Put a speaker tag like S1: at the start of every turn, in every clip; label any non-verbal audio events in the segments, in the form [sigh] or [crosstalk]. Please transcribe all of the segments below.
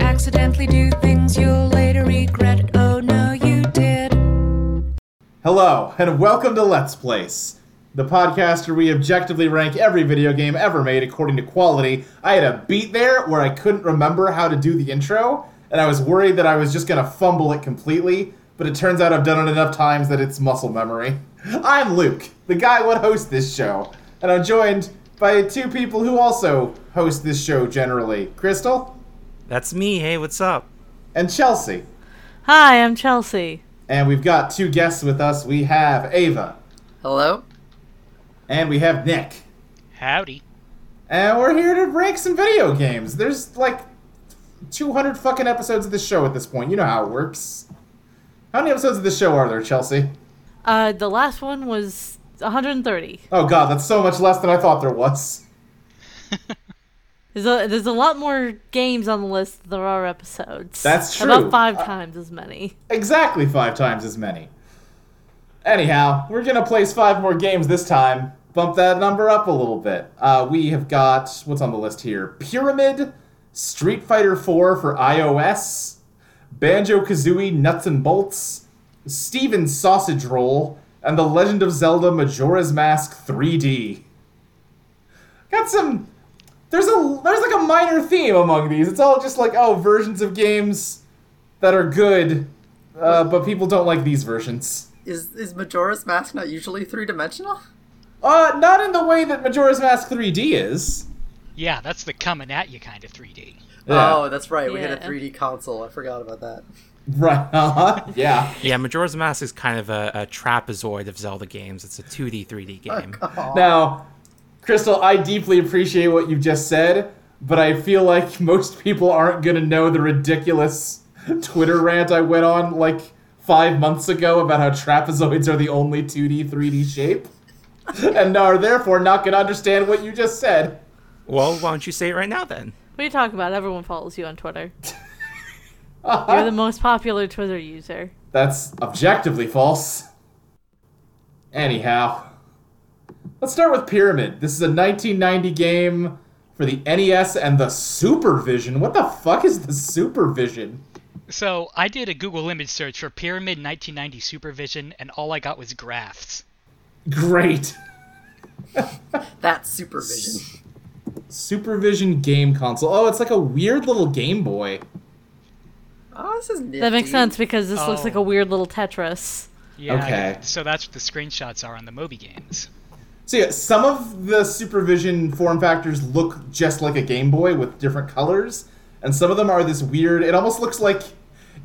S1: accidentally do things you'll later regret. Oh no, you did.
S2: Hello, and welcome to Let's Place, the podcast where we objectively rank every video game ever made according to quality. I had a beat there where I couldn't remember how to do the intro, and I was worried that I was just going to fumble it completely, but it turns out I've done it enough times that it's muscle memory. [laughs] I'm Luke, the guy who would host this show, and I'm joined by two people who also host this show generally Crystal
S3: That's me. Hey, what's up?
S2: and Chelsea.
S4: Hi, I'm Chelsea.
S2: And we've got two guests with us. We have Ava,
S5: Hello?
S2: and we have Nick.
S6: Howdy.
S2: And we're here to rank some video games. There's like 200 fucking episodes of this show at this point. You know how it works. How many episodes of this show are there, Chelsea?
S4: Uh, the last one was 130.
S2: Oh god, that's so much less than I thought there was.
S4: There's a, there's a lot more games on the list than there are episodes.
S2: That's true. Uh,
S4: About five
S2: I-
S4: times as many.
S2: Exactly five times as many. Anyhow, we're gonna place five more games this time. Bump that number up a little bit. Uh, we have got what's on the list here: Pyramid, Street Fighter IV for iOS, Banjo Kazooie Nuts and Bolts, Steven Sausage Roll, and The Legend of Zelda: Majora's Mask 3D. Got some. There's a there's like a minor theme among these. It's all just like oh versions of games that are good, uh, but people don't like these versions.
S5: Is is Majora's Mask not usually three dimensional?
S2: Uh, not in the way that Majora's Mask 3D is.
S6: Yeah, that's the coming at you kind of 3D.
S5: Oh, that's right. We had a
S4: Yeah.
S5: 3D console. I forgot about that.
S2: [laughs] Right. Uh-huh. Yeah.
S3: Yeah, Majora's Mask is kind of a, a trapezoid of Zelda games. It's a 2D, 3D
S2: Oh,
S3: game.
S2: Now, Crystal, I deeply appreciate what you've just said, but I feel like [laughs] most people aren't going to know the ridiculous Twitter rant I went on like five months ago about how trapezoids are the only 2D, 3D shape, [laughs] and are therefore not going to understand what you just said.
S3: well, why don't you say it right now then?
S4: What are you talking about? Everyone follows you
S2: [laughs]
S4: on Twitter. You're the most popular Twitter user.
S2: That's objectively false. Anyhow, let's start with Pyramid. This is a 1990 game for the NES and the Supervision. What the fuck is the Supervision?
S6: So I did a Google image search for Pyramid 1990 Supervision, and all I got was graphs.
S2: Great.
S5: That's supervision.
S2: Supervision game console. Oh, it's like a weird little Game Boy.
S5: Oh, this is nifty.
S4: That makes sense because this looks
S6: Oh.
S4: like a weird little Tetris. [laughs]
S6: Yeah. I
S2: Okay.
S6: got- So that's what the screenshots are on the
S2: [laughs]
S6: Moby games.
S2: So yeah, some of the supervision form factors look just like a Game Boy with different colors, and some of them are this weird. It almost looks like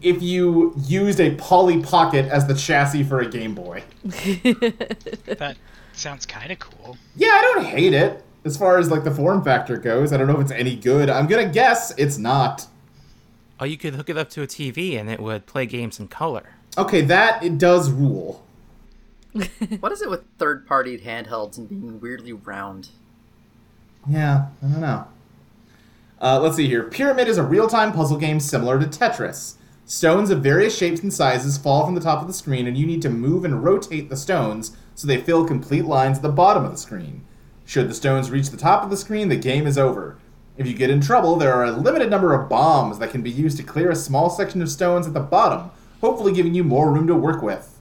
S2: if you used a Polly Pocket as the chassis for a Game Boy.
S6: That sounds kind of cool.
S2: Yeah, I don't hate it as far as like the form factor goes. I don't know if it's any good. I'm gonna guess it's not.
S3: Oh, you could hook it up to a TV and it would play games in color.
S2: Okay, that it does rule.
S5: What is it with third party handhelds and being weirdly round?
S2: Yeah, I don't know. Uh, let's see here. Pyramid is a real time puzzle game similar to Tetris. Stones of various shapes and sizes fall from the top of the screen, and you need to move and rotate the stones so they fill complete lines at the bottom of the screen. Should the stones reach the top of the screen, the game is over. If you get in trouble, there are a limited number of bombs that can be used to clear a small section of stones at the bottom, hopefully giving you more room to work with.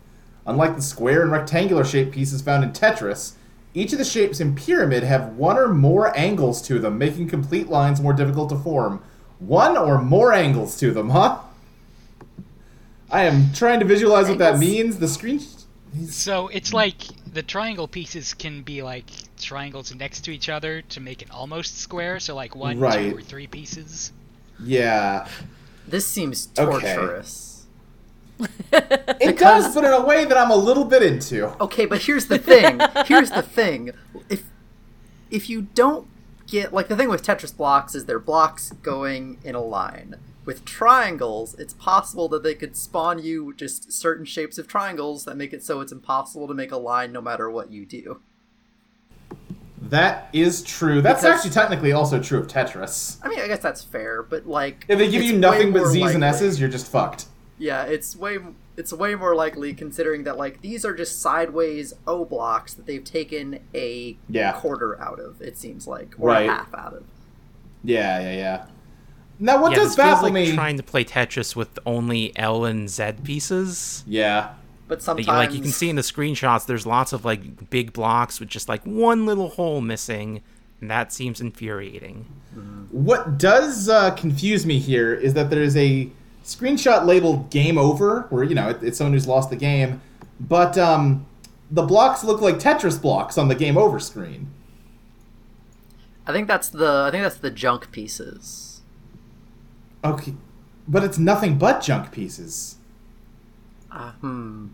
S2: Unlike the square and rectangular shaped pieces found in Tetris, each of the shapes in Pyramid have one or more angles to them, making complete lines more difficult to form. One or more angles to them, huh? I am trying to visualize what that
S5: Angles?
S2: means. The screen.
S6: So it's like the triangle pieces can be like triangles next to each other to make an almost square. So like one,
S2: Right.
S6: two, or three pieces.
S2: Yeah.
S5: This seems
S2: Okay.
S5: torturous.
S2: It does, but in a way that I'm a little bit into.
S5: Okay, but here's the thing. Here's the thing. If if you don't get like the thing with Tetris blocks is they're blocks going in a line. With triangles, it's possible that they could spawn you just certain shapes of triangles that make it so it's impossible to make a line no matter what you do.
S2: That is true. That's
S5: Because-
S2: actually technically also true of Tetris.
S5: I mean, I guess that's fair, but like
S2: If they give
S5: it's
S2: you nothing
S5: way
S2: but
S5: more
S2: Z's and
S5: likely-
S2: S's, you're just fucked.
S5: Yeah, it's way it's way more likely considering that like these are just sideways O blocks that they've taken a
S2: Yeah.
S5: quarter out of. It seems like or
S2: Right.
S5: a half out of.
S2: Yeah, yeah, yeah. Now, what
S3: yeah,
S2: does
S3: this feels
S2: baffle
S3: like
S2: me?
S3: trying to play Tetris with only L and Z pieces.
S2: Yeah.
S5: But
S3: That
S5: sometimes,
S3: you, like you can see in the screenshots, there's lots of like big blocks with just like one little hole missing, and that seems infuriating.
S2: What does uh, confuse me here is that there is a screenshot labeled "Game Over," where you know it, it's someone who's lost the game, but um, the blocks look like Tetris blocks on the "Game Over" screen.
S5: I think that's the I think that's the junk pieces.
S2: [laughs] Okay, but it's nothing but junk pieces.
S5: Uh, hmm.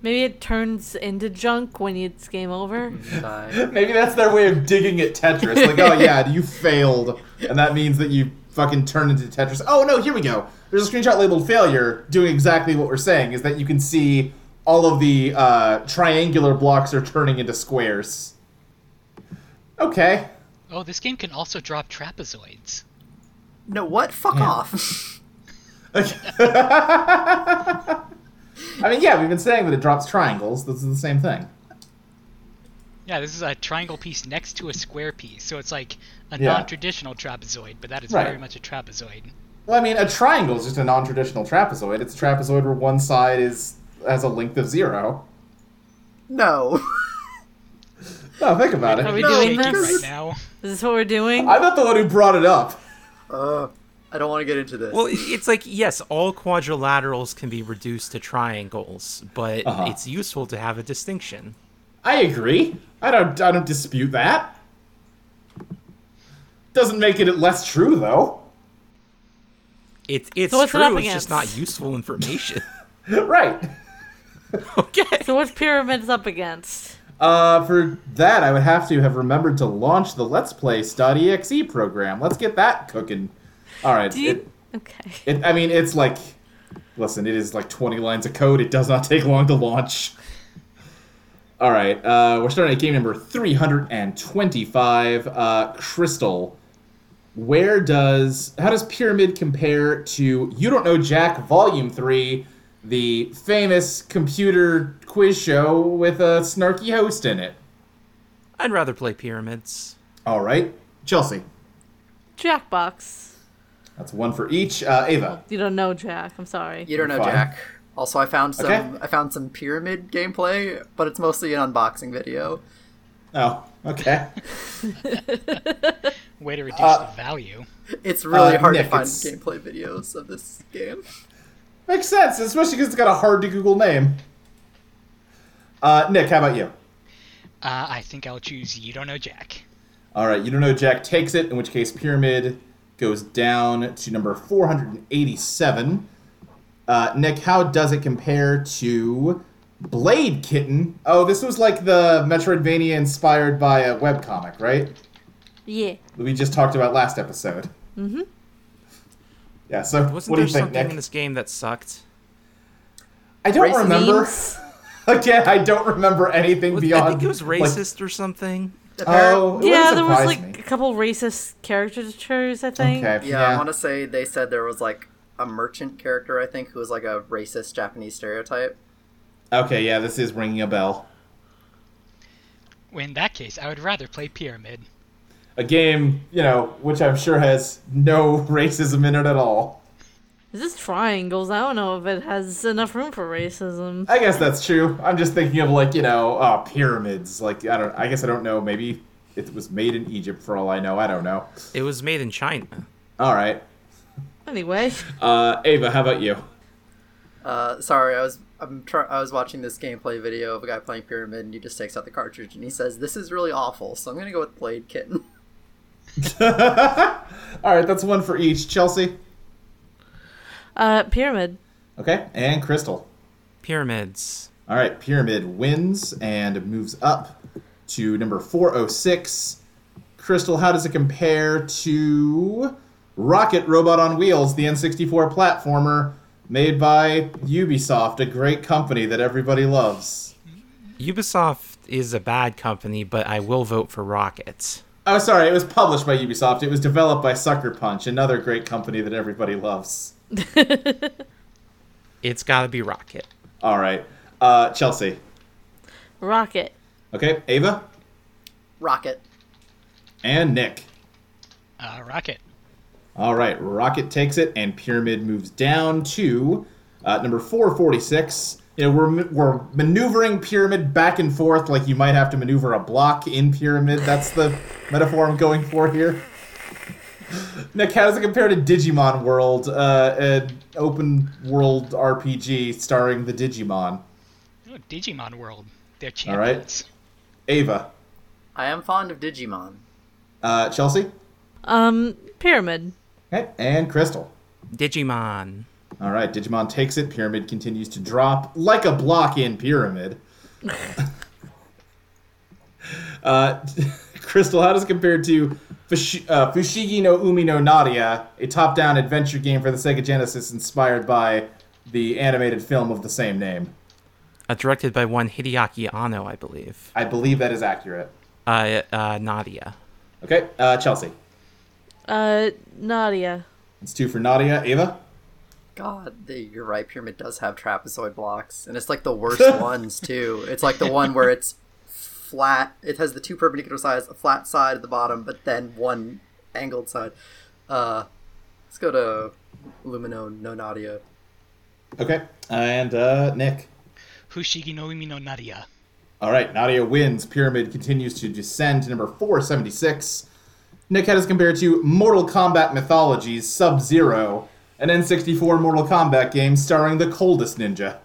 S4: Maybe it turns into junk when it's game over.
S2: Mm-hmm.
S5: I-
S2: Maybe that's their way of digging at Tetris. Like, oh yeah, you failed, and that means that you fucking turned into Tetris. Oh no, here we go. There's a screenshot labeled "failure," doing exactly what we're saying is that you can see all of the uh, triangular blocks are turning into squares. Okay. [laughs]
S6: Oh, this game can also drop trapezoids.
S5: No, what? Fuck off. [laughs]
S2: I mean, yeah, we've been saying that it drops triangles. This is the same thing.
S6: Yeah, this is a triangle piece next to a square piece, so it's like a
S2: Yeah.
S6: non-traditional trapezoid, but that is
S2: Right.
S6: very much a trapezoid.
S2: Well, I mean, a triangle is just a non-traditional trapezoid. It's a trapezoid where one side is has a length of zero.
S5: no.
S2: Oh, think about
S6: Are we
S2: it.
S4: No,
S6: doing
S4: this
S6: this
S4: is-
S6: right now?
S4: Is this what we're doing?
S2: I'm not the one who brought it up.
S5: Uh, I don't want to get into this.
S3: Well, it- it's like yes, all quadrilaterals can be reduced to triangles, but
S2: Uh-huh.
S3: it's useful to have a distinction.
S2: I agree. I don't. I don't dispute that. Doesn't make it less true, though.
S3: It's it's
S4: what's it
S3: true.
S4: up
S3: it's just
S4: against?
S3: not useful
S4: [laughs]
S3: information.
S2: [laughs]
S3: [laughs]
S2: right.
S3: okay.
S4: So what's pyramids up against?
S2: Uh, for that, I would have to have remembered to launch the Let's Play Stud.exe program. Let's get that cooking. All right.
S4: Do you?
S2: It,
S4: Okay.
S2: it, I mean, it's like, listen, it is like 20 lines of code. It does not [laughs] take long to launch. All right. Uh, we're starting at game number 325. Uh, Crystal. Where does how does Pyramid compare to You Don't Know Jack Volume Three, the famous computer quiz show with a snarky host in it?
S3: I'd rather play pyramids.
S2: All right, Chelsea.
S4: Jackbox.
S2: That's one for each. Uh, Ava.
S4: You don't know Jack. I'm sorry.
S5: you don't know,
S2: Fine.
S5: Jack. Also, I found some
S2: Okay.
S5: I found some pyramid gameplay, but it's mostly an unboxing video.
S2: Oh, okay.
S6: Way to reduce the value.
S5: It's really
S2: Uh,
S5: hard
S2: Nick,
S5: to find
S2: it's-
S5: gameplay videos of this game.
S2: Makes sense, especially because it's got a hard to Google name. Uh, Nick, how about you?
S6: Uh, I think I'll choose You Don't Know Jack.
S2: All right, you don't know Jack takes it, in which case Pyramid goes down to number 487. Uh, Nick, how does it compare to Blade Kitten? Oh, this was like the Metroidvania inspired by a webcomic, right?
S4: Yeah.
S2: That we just talked about last episode. Mm-hmm. Yeah, so
S3: Wasn't
S2: what do
S3: there
S2: you think,
S3: something
S2: Nick?
S3: in this game that sucked?
S2: I don't
S5: Racist
S2: remember.
S4: Memes.
S2: [laughs] Again, I don't remember anything
S3: Was-
S2: beyond.
S3: I think it was
S2: like,
S3: racist or something.
S2: Oh, it wouldn't
S4: Yeah, there was
S2: surprise
S4: like
S2: me.
S4: a couple racist caricatures, I think.
S2: Okay.
S5: Yeah, I want to say they said there was like a merchant character I think who was like a racist Japanese stereotype.
S2: Okay. Yeah, this is ringing a bell.
S6: Well, in that case, I would rather play Pyramid.
S2: A game, you know, which I'm sure has no [laughs] racism in it at all.
S4: Is this triangles? I don't know if it has enough room for racism.
S2: I guess that's true. I'm just thinking of like you know uh, pyramids. Like I don't. I guess I don't know. Maybe it was made in Egypt for all I know. I don't know.
S3: It was made in China.
S2: All right.
S4: Anyway,
S2: Uh, Ava, how about you?
S5: Uh, sorry, I was I'm try- I was watching this gameplay video of a guy playing pyramid, and he just takes out the cartridge and he says, "This is really awful." So I'm gonna go with Blade Kitten. [laughs]
S2: all right, that's one for each. Chelsea.
S4: uh, pyramid.
S2: Okay, and Crystal.
S3: Pyramids.
S2: All right, Pyramid wins and moves up to number 406. Crystal, how does it compare to Rocket Robot on Wheels, the N64 platformer made by Ubisoft, a great company that everybody loves?
S3: Ubisoft is a bad company, but I will vote for Rocket.
S2: Oh, sorry, it was published by Ubisoft. It was developed by Sucker Punch, another great company that everybody loves.
S3: It's got to be Rocket.
S2: All right, uh, Chelsea.
S4: Rocket.
S2: Okay, Ava
S5: Rocket.
S2: and Nick.
S6: Uh, Rocket.
S2: All right, Rocket takes it, and Pyramid moves down to uh, number 446. You know, we're, we're maneuvering Pyramid back and forth like you might have to maneuver a block in Pyramid. That's the metaphor I'm going for here. [laughs] Nick, how does it compare to Digimon World, uh, an open world RPG starring the Digimon?
S6: Oh, Digimon World. They're
S2: All right.
S6: champions.
S2: Ava,
S5: I am fond of Digimon.
S2: uh, Chelsea,
S4: Um, pyramid.
S2: okay, and Crystal.
S3: Digimon.
S2: All right, Digimon takes it. Pyramid continues to drop like a block in Pyramid. uh, [laughs] Crystal, how does it compare to Fush- uh, Fushigi no Umi no Nadia, a top-down adventure game for the Sega Genesis inspired by the animated film of the same name?
S3: Uh, directed by one Hideaki Anno, I believe.
S2: I believe that is accurate.
S3: Uh, uh, Nadia.
S2: Okay, uh, Chelsea.
S4: Uh, Nadia.
S2: It's two for Nadia. Ava?
S5: God, the, you're right. Pyramid does have trapezoid blocks, and it's like the worst ones too. It's like the one where it's flat. It has the two perpendicular sides, a flat side at the bottom, but then one angled side. Uh, let's go to Lumino no Nadia.
S2: Okay, and uh, Nick.
S6: Hushigi no Umi no Naria.
S2: All right, Nadia wins. Pyramid continues to descend to number 476. Nick had us compared to Mortal Kombat Mythologies Sub Zero, an N64 Mortal Kombat game starring the coldest ninja.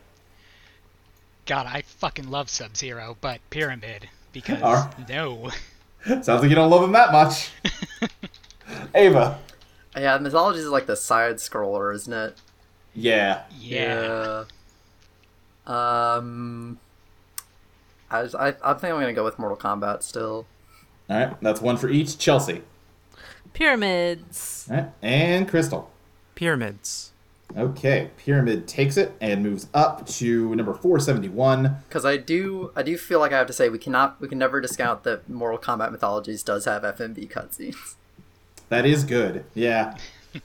S6: God, I fucking love Sub Zero, but Pyramid. Because
S2: Alright.
S6: no.
S2: Sounds like you don't love him that much. Ava.
S5: Yeah, mythologies is like the side scroller, isn't it?
S2: Yeah.
S6: Yeah.
S5: Yeah. Um, I, was, I, I think I'm gonna go with Mortal Kombat still.
S2: All right, that's one for each. Chelsea.
S4: Pyramids.
S2: All right, and Crystal.
S3: Pyramids.
S2: Okay, Pyramid takes it and moves up to number 471.
S5: because I do I do feel like I have to say we cannot we can never discount that Mortal Kombat Mythologies does have FMV cutscenes. [laughs]
S2: That is good. Yeah. [laughs]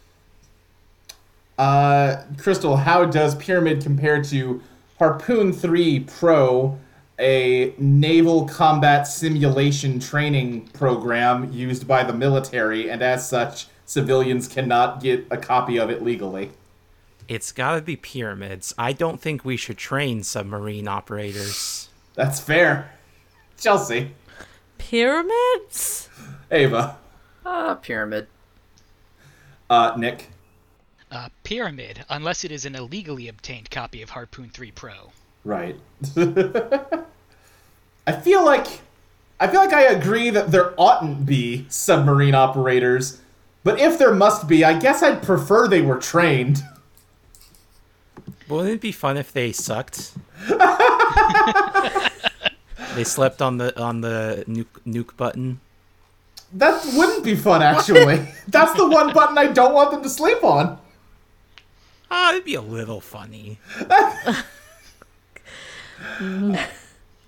S2: uh, Crystal, how does Pyramid compare to Harpoon 3 Pro, a naval combat simulation training program used by the military, and as such, civilians cannot get a copy of it legally?
S3: It's gotta be pyramids. I don't think we should train submarine operators.
S2: That's fair. Chelsea,
S4: Pyramids?
S2: Ava,
S5: Ah, pyramid.
S2: uh, Nick.
S6: Uh, Pyramid, unless it is an illegally obtained copy of Harpoon 3 Pro.
S2: Right. [laughs] I feel like I feel like I agree that there oughtn't be submarine operators, but if there must be, I guess I'd prefer they were trained.
S3: Wouldn't it be fun if they sucked? they slept on the on the nuke nuke button.
S2: That wouldn't be fun actually. That's the one button I don't want them to sleep on.
S3: Ah, it'd be a little funny.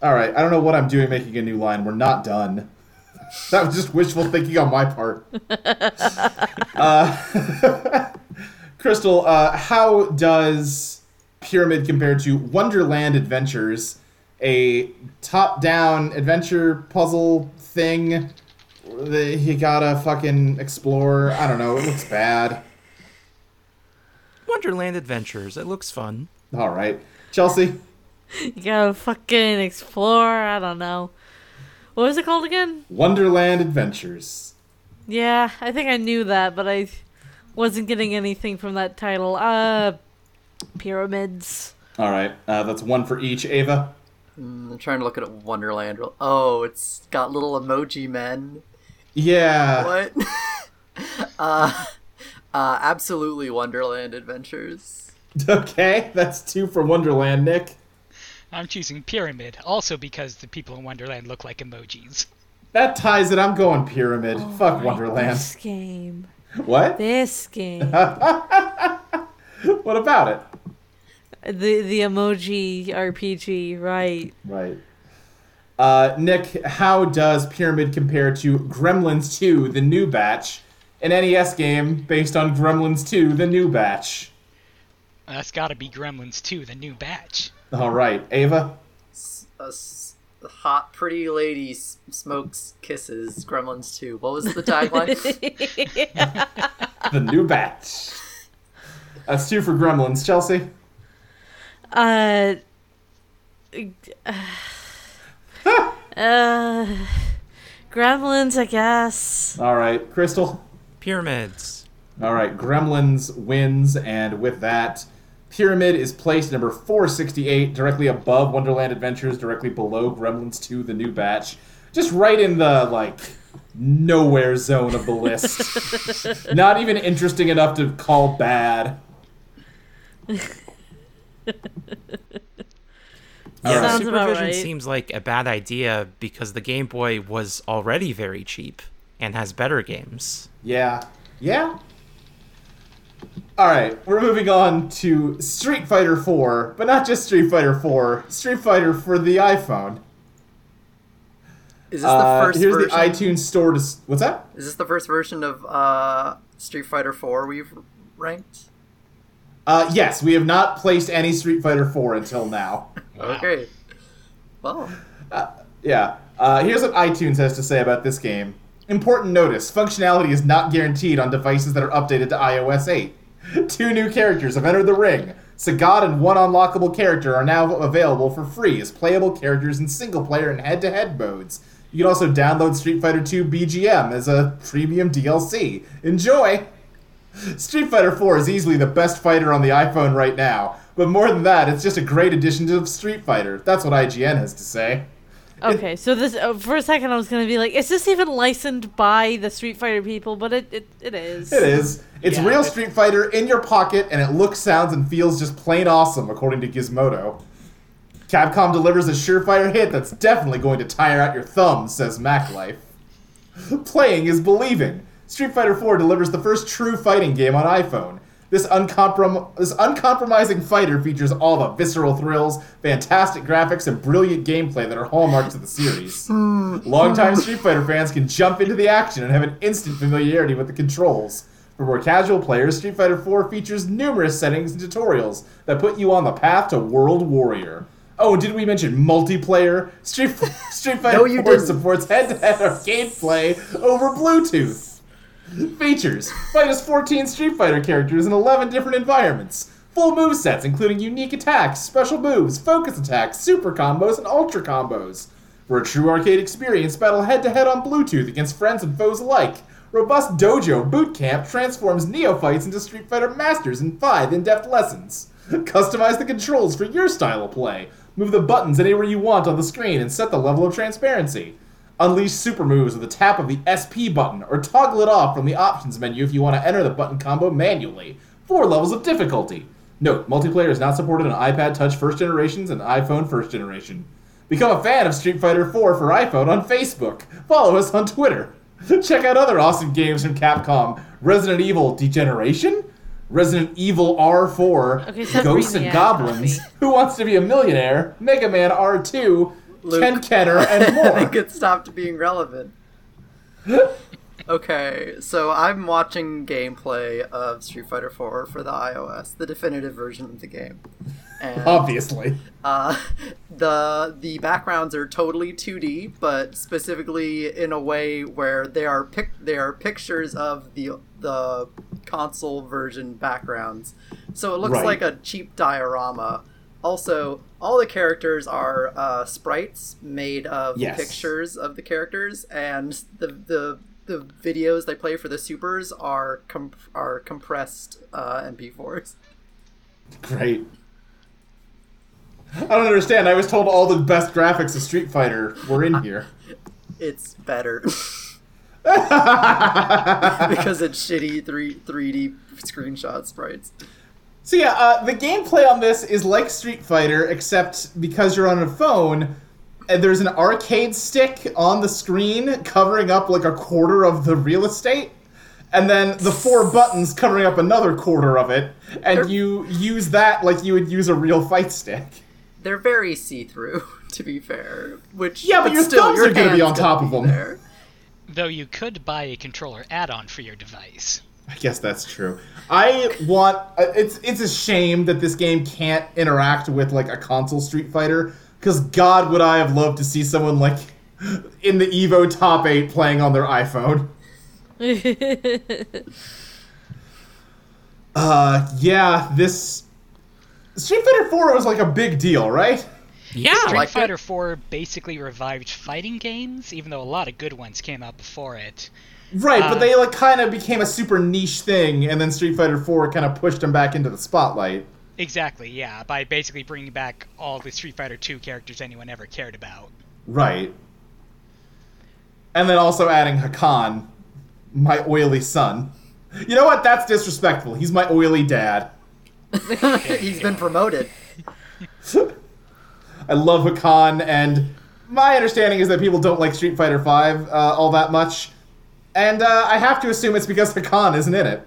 S2: All right, I don't know what I'm doing making a new line. We're not done. [laughs] That was just wishful thinking on my part. uh, [laughs] Crystal, uh, how does Pyramid compare to Wonderland Adventures, a top down adventure puzzle thing that you gotta fucking explore? I don't know, it looks bad.
S3: Wonderland Adventures. It looks fun.
S2: All right. Chelsea,
S4: You gotta fucking explore. I don't know. What was it called again?
S2: Wonderland Adventures.
S4: Yeah, I think I knew that, but I wasn't getting anything from that title. Uh, pyramids.
S2: All right, uh, that's one for each. Ava?
S5: I'm trying to look at Wonderland. real- Oh, it's got little emoji men.
S2: Yeah.
S5: What? [laughs] uh, uh, absolutely Wonderland Adventures.
S2: [laughs] Okay, that's two for Wonderland, Nick.
S6: I'm choosing Pyramid, also because the people in Wonderland look like emojis.
S2: That ties it. I'm going Pyramid. Fuck Wonderland.
S4: This game.
S2: [laughs] What?
S4: This game.
S2: What about it?
S4: the the emoji RPG, right?
S2: Right. Uh, Nick, how does Pyramid compare to Gremlins 2, the new batch, an NES game based on Gremlins 2, the new batch?
S6: That's Uh, gotta be Gremlins 2, the new batch.
S2: All right, Ava?
S5: A s- hot pretty lady s- smokes kisses. Gremlins 2. What was the tagline?
S2: the new batch. That's two for Gremlins. Chelsea?
S4: Uh. uh. [sighs] Gremlins, I guess.
S2: All right. Crystal?
S3: Pyramids.
S2: All right, Gremlins wins, and with that, Pyramid is placed number 468, directly above Wonderland Adventures, directly below Gremlins 2, the new batch. Just right in the, like, nowhere zone of the list. Not even interesting enough to call bad. All
S3: Yeah,
S2: right.
S4: Sounds about
S3: supervision
S4: right.
S3: seems like a bad idea because the Game Boy was already very cheap and has better games.
S2: Yeah. Yeah. All right, we're moving on to Street Fighter 4, but not just Street Fighter 4, Street Fighter for the iPhone.
S5: Is this
S2: Uh,
S5: the first
S2: here's
S5: version?
S2: the iTunes store to s- what's that?
S5: Is this the first version of uh, Street Fighter 4 we've ranked?
S2: Uh, yes, we have not placed any Street Fighter 4 until now.
S5: Okay. Well, [laughs]
S2: Yeah. Uh, here's what iTunes has to say about this game. Important notice functionality is not guaranteed on devices that are updated to iOS 8. Two new characters have entered the ring. Sagad and one unlockable character are now available for free as playable characters in single player and head to head modes. You can also download Street Fighter 2 BGM as a premium DLC. Enjoy! Street Fighter 4 is easily the best fighter on the iPhone right now, but more than that, it's just a great addition to Street Fighter. That's what IGN has to say.
S4: Okay, so this uh, for a second I was gonna be like, is this even licensed by the Street Fighter people? But it it, it is.
S2: It is. It's
S6: Yeah,
S2: real
S6: it-
S2: Street Fighter in your pocket, and it looks, sounds, and feels just plain awesome, according to Gizmodo. Capcom delivers a surefire hit that's definitely going to tire out your thumbs, says MacLife. [laughs] Playing is believing. Street Fighter 4 delivers the first true fighting game on iPhone. This, uncomprom- this uncompromising fighter features all the visceral thrills, fantastic graphics, and brilliant gameplay that are hallmarks of the series. [laughs] Longtime Street Fighter fans can jump into the action and have an instant familiarity with the controls. For more casual players, Street Fighter 4 features numerous settings and tutorials that put you on the path to World Warrior. Oh, and did we mention multiplayer? Street, [laughs] Street Fighter
S5: No, you
S2: 4
S5: didn't.
S2: supports head-to-head [laughs] arcade play over Bluetooth. Features: Fight as 14 Street Fighter characters in 11 different environments. Full movesets, including unique attacks, special moves, focus attacks, super combos, and ultra combos. For a true arcade experience, battle head to head on Bluetooth against friends and foes alike. Robust Dojo Boot Camp transforms neophytes into Street Fighter masters in five in depth lessons. Customize the controls for your style of play. Move the buttons anywhere you want on the screen and set the level of transparency. Unleash super moves with a tap of the SP button, or toggle it off from the options menu if you want to enter the button combo manually. Four levels of difficulty. Note: Multiplayer is not supported on iPad Touch first generations and iPhone first generation. Become a fan of Street Fighter 4 for iPhone on Facebook. Follow us on Twitter. [laughs] Check out other awesome games from Capcom: Resident Evil Degeneration, Resident Evil R4,
S4: Okay, stop
S2: Ghosts
S4: reading
S2: and
S4: the ad
S2: Goblins,
S4: copy.
S2: Who Wants to Be a Millionaire, Mega Man R2,
S5: Luke.
S2: Ken Kenner, and
S5: I
S2: more.
S5: think it stopped being relevant. Okay, so I'm watching gameplay of Street Fighter 4 for the iOS, the definitive version of the game. And
S2: Obviously.
S5: Uh, the the backgrounds are totally 2D, but specifically in a way where they are pic- they are pictures of the the console version backgrounds. So it looks
S2: Right.
S5: like a cheap diorama. Also, all the characters are uh, sprites made of
S2: Yes.
S5: pictures of the characters, and the the the videos they play for the supers are com- are compressed uh, MP4s.
S2: Great. I don't understand. I was told all the best graphics of Street Fighter were in here.
S5: It's better. [laughs] because it's shitty three three D screenshot sprites.
S2: So yeah, uh, the gameplay on this is like Street Fighter, except because you're on a phone, and there's an arcade stick on the screen covering up like a quarter of the real estate, and then the four buttons covering up another quarter of it, and you use that like you would use a real fight stick.
S5: They're very see through, [laughs] to be fair. Which
S2: Yeah, but your
S5: still,
S2: thumbs are gonna be
S5: hand's
S2: on top
S5: gonna
S2: of
S5: be
S2: them.
S5: There.
S6: Though you could buy a controller add-on for your device.
S2: I guess that's true. I want uh, it's it's a shame that this game can't interact with like a console Street Fighter because God would I have loved to see someone like in [laughs] the Evo top eight playing on their iPhone. Uh, yeah, this Street Fighter 4 was like a big deal, right?
S3: Yeah.
S6: Street
S5: Ah, like it.
S6: Fighter 4 basically revived fighting games, even though a lot of good ones came out before it.
S2: Right, but
S6: Uh,
S2: they like kind of became a super niche thing, and then Street Fighter 4 kind of pushed them back into the spotlight.
S6: Exactly, yeah, by basically bringing back all the Street Fighter 2 characters anyone ever cared about.
S2: Right. And then also adding Hakan, my oily son. You know what? That's disrespectful. He's my oily dad. [laughs]
S5: He's been promoted.
S2: I love Hakan, and my understanding is that people don't like Street Fighter V uh, all that much. And uh, I have to assume it's because Hakan isn't in it.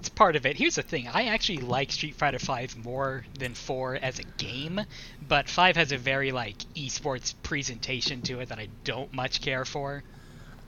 S6: It's part of it. Here's the thing I actually like Street Fighter 5 more than 4 as a game, but 5 has a very, like, esports presentation to it that I don't much care for.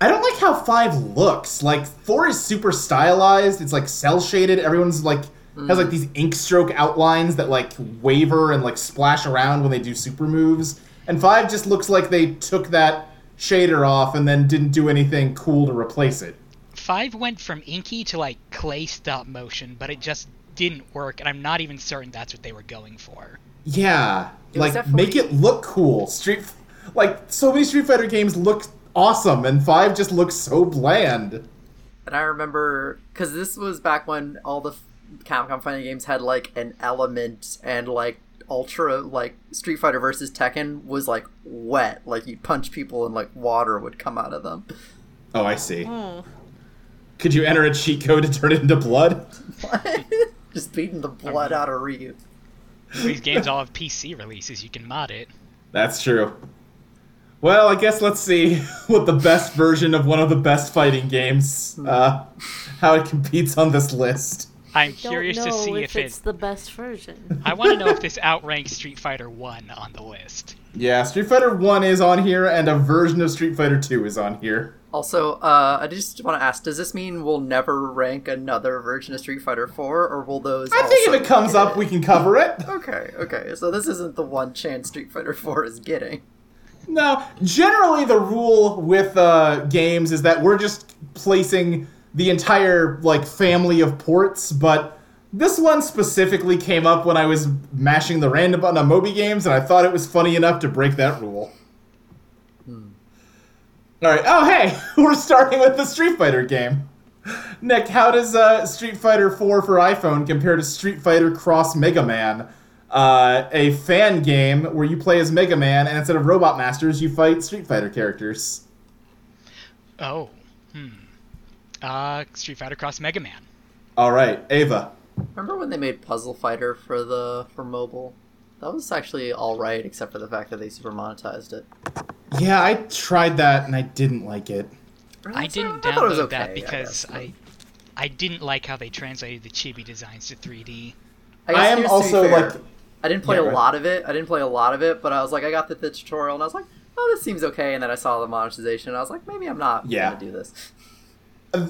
S2: I don't like how five looks. Like four is super stylized. It's like cell shaded. Everyone's like has
S5: Mm.
S2: like these ink stroke outlines that like waver and like splash around when they do super moves. And five just looks like they took that shader off and then didn't do anything cool to replace it.
S6: Five went from inky to like clay stop motion, but it just didn't work, and I'm not even certain that's what they were going for.
S2: Yeah,
S5: It was
S2: like make it
S5: definitely-
S2: look cool. Street, like so many Street Fighter games look awesome, and five just looks so bland.
S5: And I remember because this was back when all the f- Capcom fighting games had like an element and like ultra like Street Fighter versus Tekken was like wet, like you'd punch people and like water would come out of them.
S2: Oh, I see.
S5: Hmm.
S2: Could you enter a cheat code to turn it into blood?
S5: Just beating the blood out of Ryu.
S6: These games all have PC releases, you can mod it.
S2: That's true. Well, I guess let's see [laughs] what the best version of one of the best fighting games, uh, how it competes on this list.
S6: I'm
S4: Don't
S6: curious to
S4: know
S6: see
S4: if
S6: if,
S4: it's
S6: it.
S4: the best version.
S6: I want to know if this outranks Street Fighter 1 on the list.
S2: Yeah, Street Fighter One is on here, and a version of Street Fighter Two is on here.
S5: Also, uh, I just want to ask: Does this mean we'll never rank another version of Street Fighter Four, or will those?
S2: I think if
S5: also
S2: it comes
S5: get
S2: up, we can cover it. [laughs]
S5: Okay, okay. So this isn't the one chance Street Fighter Four is getting.
S2: No, generally the rule with uh, games is that we're just placing the entire like family of ports, but this one specifically came up when I was mashing the random button on Moby games, and I thought it was funny enough to break that rule. All right. Oh, hey, [laughs] we're starting with the Street Fighter game. Nick, how does uh, Street Fighter 4 for iPhone compare to Street Fighter Cross Mega Man, uh, a fan game where you play as Mega Man and instead of Robot Masters, you fight Street Fighter characters?
S6: Oh, hmm. Uh, Street Fighter Cross Mega Man.
S2: All right, Ava.
S5: Remember when they made Puzzle Fighter for the for mobile? That was actually all right, except for the fact that they super monetized it.
S2: Yeah, I tried that and I didn't like it.
S6: I didn't
S5: I thought it was
S6: download
S5: okay, I
S6: that because
S5: guess, but-
S6: I, I didn't like how they translated the chibi designs to 3D.
S5: guess
S2: I am
S5: here's to be
S2: also,
S5: fair,
S2: like-
S5: I didn't play
S2: Yeah,
S5: a
S2: right.
S5: lot of it. I didn't play a lot of it, but I was like, I got the, the tutorial and I was like, oh, this seems okay. And then I saw the monetization and I was like, maybe I'm not
S2: Yeah.
S5: gonna do this.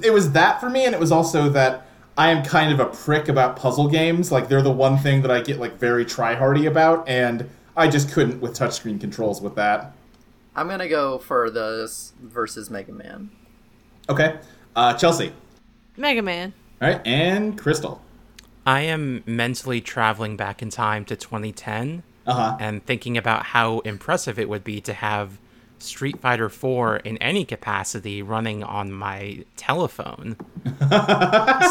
S2: It was that for me, and it was also that I am kind of a prick about puzzle games. Like they're the one thing that I get like very tryhardy about, and I just couldn't with touchscreen controls with that.
S5: I'm gonna go for the s- versus Mega Man.
S2: Okay, uh, Chelsea.
S4: Mega Man.
S2: All right, and Crystal.
S3: I am mentally traveling back in time to 2010
S2: Uh huh.
S3: and thinking about how impressive it would be to have Street Fighter 4 in any capacity running on my
S2: [laughs]
S3: telephone.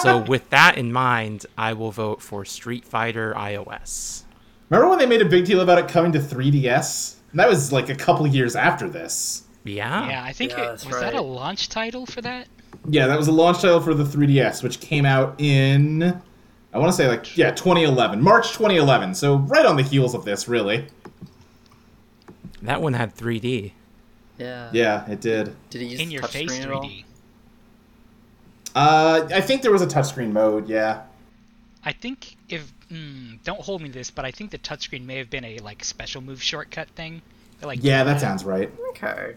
S3: so with that in mind, I will vote for Street Fighter iOS.
S2: Remember when they made a big deal about it coming to 3DS? And that was like a couple years after this.
S3: Yeah.
S6: Yeah, I think
S5: Yeah,
S6: it,
S5: that's
S6: was that a
S5: right.
S6: launch title for that?
S2: Yeah, that was a launch title for the 3DS, which came out in, I want to say like, yeah, 2011, March 2011. So right on the heels of this, really.
S3: That one had 3D.
S5: Yeah.
S2: Yeah, it did.
S5: Did he use
S6: In your
S5: touch
S6: face
S5: screen at all?
S6: 3D.
S2: Uh, I think there was a touchscreen mode, yeah.
S6: I think if mm, don't hold me to this, but I think the touchscreen may have been a like special move shortcut thing. They're like
S2: Yeah, that sounds right.
S5: Okay.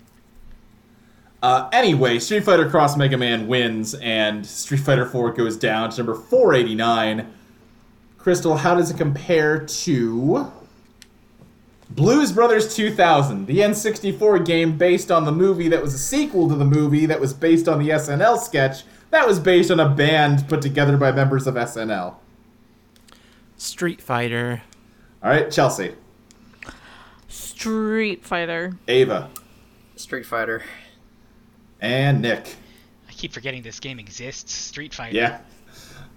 S2: Uh, anyway, Street Fighter Cross Mega Man wins, and Street Fighter 4 goes down to number 489. Crystal, how does it compare to Blues Brothers 2000, the N64 game based on the movie that was a sequel to the movie that was based on the SNL sketch That was based on a band put together by members of SNL.
S3: Street Fighter.
S2: All right, Chelsea,
S4: Street Fighter.
S2: Ava,
S5: Street Fighter. [laughs]
S2: and Nick.
S6: I keep forgetting this game exists. Street Fighter.
S2: Yeah.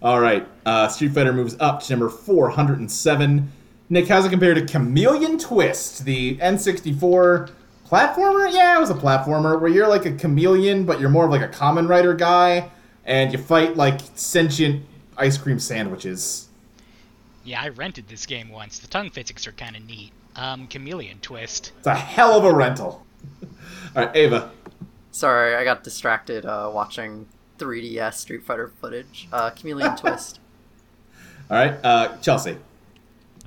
S2: All right. Uh, Street Fighter moves up to number 407. Nick, how's it compared to Chameleon Twist, the N64 platformer? Yeah, it was a platformer where you're like a chameleon, but you're more of like a common writer guy, and you fight like sentient ice cream sandwiches.
S6: Yeah, I rented this game once. The tongue physics are kind of neat. Um, Chameleon Twist.
S2: It's a hell of a rental. [laughs] All right, Ava.
S5: Sorry, I got distracted uh, watching 3DS Street Fighter footage. Uh, Chameleon Twist.
S2: All right, uh, Chelsea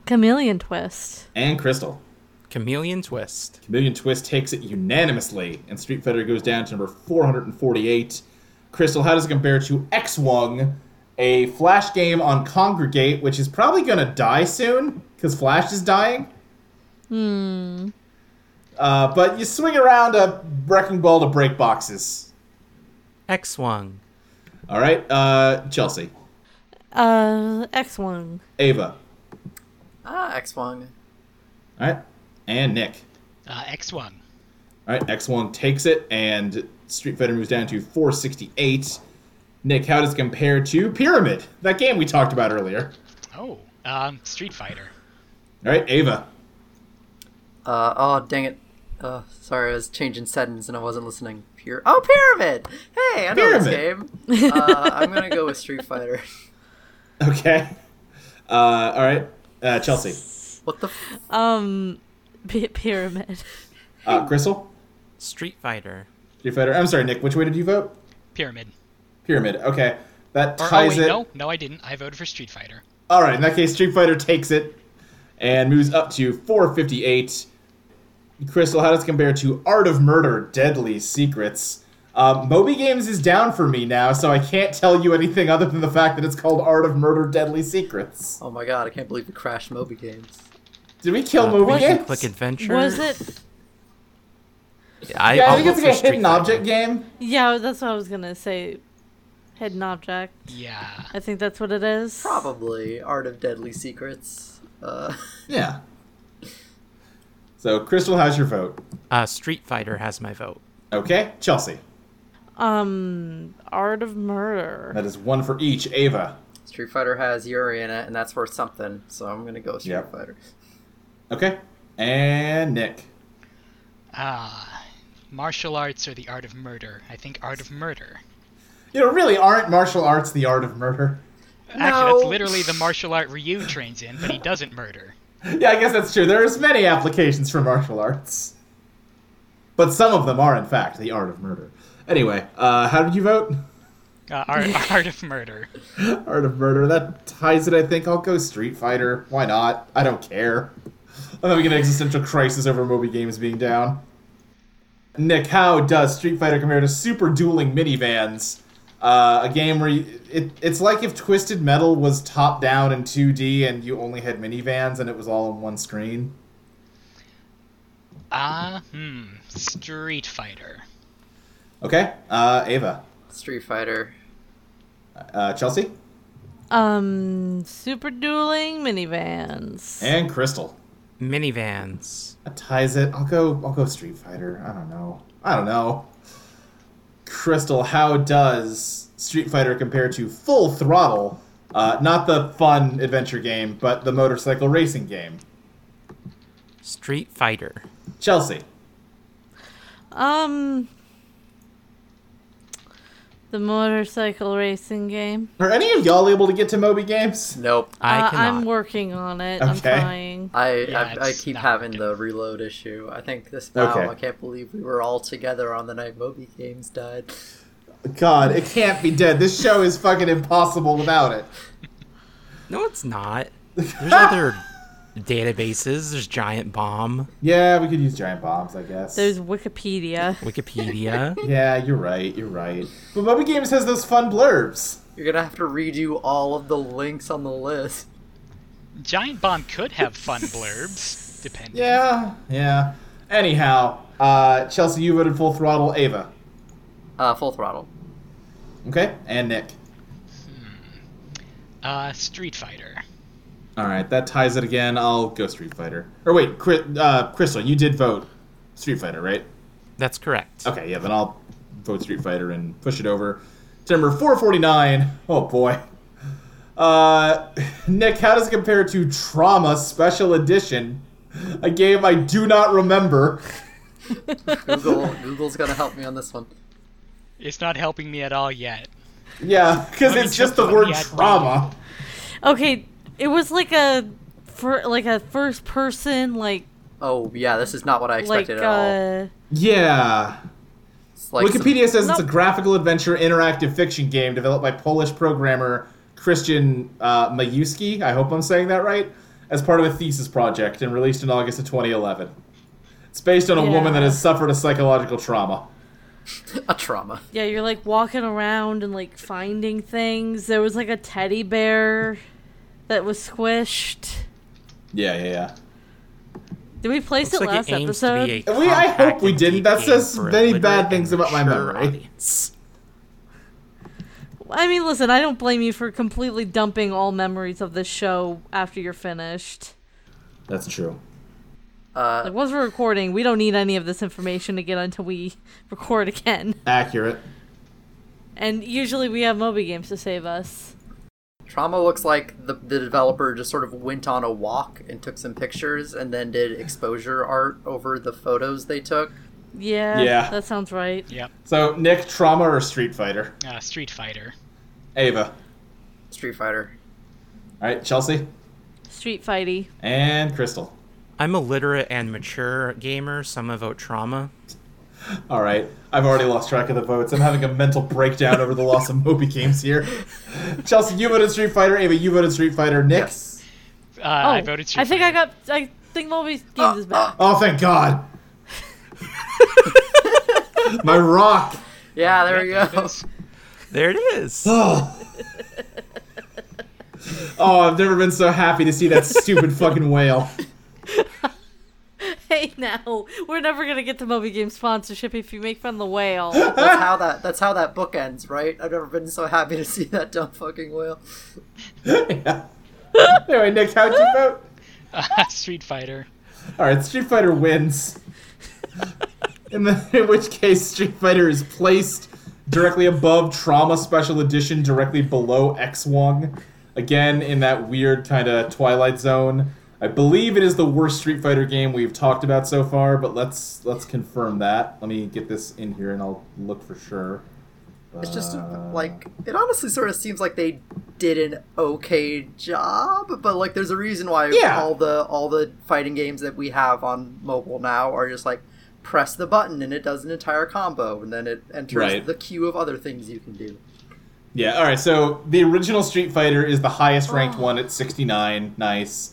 S4: Chameleon Twist.
S2: and Crystal.
S3: Chameleon Twist.
S2: Chameleon Twist takes it unanimously, and Street Fighter goes down to number 448. Crystal, how does it compare to X Wung, a Flash game on Congregate, which is probably going to die soon because Flash is dying? Hmm. Uh, but you swing around a wrecking ball to break boxes.
S3: X Wung.
S2: All right, uh, Chelsea,
S4: Uh, X one.
S2: Ava,
S5: Ah, X Wong.
S2: all right, and Nick.
S6: Uh, X1.
S2: All right, X Wung takes it, and Street Fighter moves down to 468. Nick, how does it compare to Pyramid? That game we talked about earlier.
S6: Oh, um, Street Fighter.
S2: All right, Ava. [laughs]
S5: Uh, oh, dang it. Uh, sorry, I was changing settings and I wasn't listening. Pure. Oh, Pyramid! Hey, I know
S2: Pyramid.
S5: this game. Uh, I'm gonna go with Street Fighter. [laughs]
S2: Okay. Uh, all right, uh, Chelsea.
S5: What the? F-
S4: Um, P- Pyramid.
S2: Uh, Crystal.
S3: Street Fighter.
S2: Street Fighter. I'm sorry, Nick. Which way did you vote?
S6: Pyramid.
S2: Pyramid. Okay, that
S6: Or, oh,
S2: ties
S6: wait,
S2: it.
S6: no, no, I didn't. I voted for Street Fighter.
S2: All right, in that case, Street Fighter takes it and moves up to 458. Crystal, how does it compare to Art of Murder: Deadly Secrets? Um, Moby Games is down for me now, so I can't tell you anything other than the fact that it's called Art of Murder: Deadly Secrets.
S5: oh my god, I can't believe we crashed Moby Games.
S2: Did we kill
S3: Uh,
S2: Moby
S3: point
S2: Games?
S3: and click adventure.
S4: Was it?
S3: I,
S2: yeah, I
S3: I'll
S2: think
S3: vote
S2: it's
S3: for
S2: like a
S3: Street
S2: hidden
S3: Fighter.
S2: object game.
S4: Yeah, that's what I was gonna say. Hidden object.
S6: Yeah.
S4: I think that's what it is.
S5: Probably Art of Deadly Secrets. Uh, [laughs]
S2: Yeah. So, Crystal, how's your vote?
S3: Uh, Street Fighter has my vote.
S2: Okay, Chelsea.
S4: Um, Art of Murder.
S2: That is one for each. Ava.
S5: Street Fighter has Yuri in it, and that's worth something. So I'm gonna go Street
S2: Yep.
S5: Fighter.
S2: Okay. And Nick.
S6: Ah, martial arts or the art of murder. I think art of murder.
S2: You know, really, aren't martial arts the art of murder?
S6: Actually, that's
S5: No.
S6: literally the martial art Ryu trains in, but he doesn't murder.
S2: Yeah, I guess that's true. There's many applications for martial arts. But some of them are, in fact, the art of murder. Anyway, uh, how did you vote?
S6: Uh, art, [laughs] art of murder.
S2: Art of murder. That ties it, I think. I'll go Street Fighter. Why not? I don't care. I'm having an existential crisis over Moby Games being down. Nick, how does Street Fighter compare to Super Dueling Minivans? Uh, a game where you, it, it's like if Twisted Metal was top down in 2D and you only had minivans and it was all on one screen.
S6: Ah, hmm. Street Fighter.
S2: Okay, uh, Ava,
S5: Street Fighter.
S2: uh, Chelsea,
S4: Um, super dueling minivans.
S5: Eh.
S2: and Crystal.
S3: Minivans.
S2: That ties it. I'll go. I'll go Street Fighter. I don't know. I don't know. Crystal, how does Street Fighter compare to Full Throttle? Uh, not the fun adventure game, but the motorcycle racing game.
S3: Street Fighter.
S2: Chelsea,
S4: Um, the motorcycle racing game.
S2: are any of y'all able to get to Moby Games?
S5: Nope.
S3: I
S4: Uh,
S3: cannot.
S4: I'm working on it. I'm
S2: Okay.
S4: trying.
S5: I
S6: Yeah,
S5: I, I
S6: it's
S5: keep
S6: not
S5: having
S6: good.
S5: the reload issue. I think this. Wow,
S2: Okay.
S5: I can't believe we were all together on the night Moby Games died.
S2: God, it can't be dead. This show is fucking impossible without it.
S3: No, it's not.
S2: [laughs]
S3: There's other databases. There's Giant Bomb,
S2: Yeah, we could use giant bombs, I guess.
S4: There's Wikipedia.
S3: Wikipedia.
S2: Yeah, you're right. You're right. But Moby Games has those fun blurbs.
S5: You're gonna have to redo all of the links on the list.
S6: Giant Bomb could have fun blurbs, depending.
S2: Yeah, yeah. Anyhow, uh, Chelsea, you voted full throttle. Ava,
S5: Uh, full throttle.
S2: Okay, and Nick.
S6: Uh, Street Fighter.
S2: All right, that ties it again. I'll go Street Fighter. Or wait, Cri- uh, Crystal, you did vote Street Fighter, right?
S3: That's correct.
S2: Okay, yeah, then I'll vote Street Fighter and push it over to number 449. Oh boy. Uh, Nick, how does it compare to Trauma Special Edition? A game I do not remember.
S5: Google
S2: [laughs]
S5: Google's gonna help me on this one.
S6: It's not helping me at all yet.
S2: Yeah, because
S6: Let me
S2: it's just the
S6: check on
S2: word
S6: the ad
S2: trauma.
S4: Okay, it was like a for like a first person like
S5: Oh yeah, this is not what I
S4: like
S5: expected at all.
S4: uh
S2: Yeah.
S5: It's like some-
S2: Wikipedia says it's a
S4: Nope.
S2: graphical adventure interactive fiction game developed by Polish programmer Christian uh, Majewski, I hope I'm saying that right, as part of a thesis project and released in August of 2011. It's based on a woman that
S4: Yeah.
S2: has suffered a psychological trauma.
S5: [laughs] a trauma.
S4: yeah, you're like walking around and like finding things. There was like a teddy bear that was squished.
S2: Yeah, yeah, yeah.
S4: Did we place
S3: Looks
S4: it
S3: like
S4: last
S3: it aims
S4: episode?
S3: to be a
S2: We- I hope
S3: compact
S2: we
S3: and
S2: didn't.
S3: deep
S2: That
S3: game
S2: says
S3: for a
S2: many
S3: literate
S2: bad things
S3: and
S2: about my
S3: mature
S2: memory.
S3: audience.
S4: I mean, listen, I don't blame you for completely dumping all memories of this show after you're finished.
S2: That's true.
S5: Uh,
S4: Like once we're recording, we don't need any of this information again until we [laughs] record again.
S2: Accurate.
S4: And usually we have Moby games to save us.
S5: trauma looks like the, the developer just sort of went on a walk and took some pictures and then did exposure art over the photos they took.
S4: Yeah,
S2: Yeah.
S4: that sounds right.
S6: Yep.
S2: So, Nick, trauma or Street Fighter?
S6: Uh, Street Fighter.
S2: Ava.
S5: Street Fighter.
S2: All right, Chelsea
S4: Street Fighty.
S2: and Crystal.
S3: I'm a literate and mature gamer, so I'm gonna vote trauma.
S2: All right, I've already lost track of the votes. I'm having a mental breakdown over the loss of Moby games here. Chelsea, you voted Street Fighter. Ava, you voted Street Fighter. Nick.
S5: Yes.
S6: Uh, I voted Street
S4: Oh, I think I
S6: Fighter.
S4: got. I think Moby games
S3: [gasps]
S4: is back.
S2: Oh, thank God. My rock.
S5: Yeah, there we [laughs]
S6: Yeah,
S5: go.
S6: that's-
S3: There
S2: [gasps]
S3: it is.
S2: Oh. oh, I've never been so happy to see that stupid fucking whale.
S4: Hey, [laughs] now we're never gonna get to Moby game sponsorship if you make fun of the whale.
S5: That's how that that's how that book ends, right? I've never been so happy to see that dumb fucking whale.
S2: Yeah. Anyway, Nick, how'd you vote?
S6: Uh, [laughs] Street Fighter.
S2: All right, Street Fighter wins. in, the, in which case, Street Fighter is placed directly above Trauma Special Edition, directly below X Wong. Again, in that weird kind of Twilight Zone. I believe it is the worst Street Fighter game we've talked about so far, but let's let's confirm that. Let me get this in here, and I'll look for sure.
S5: It's just
S2: Uh,
S5: like it honestly sort of seems like they did an okay job, but like there's a reason why
S2: Yeah.
S5: all the all the fighting games that we have on mobile now are just like press the button and it does an entire combo and then it enters
S2: Right.
S5: the queue of other things you can do.
S2: Yeah, all right. So the original Street Fighter is the highest
S6: Oh.
S2: ranked one at 69. Nice.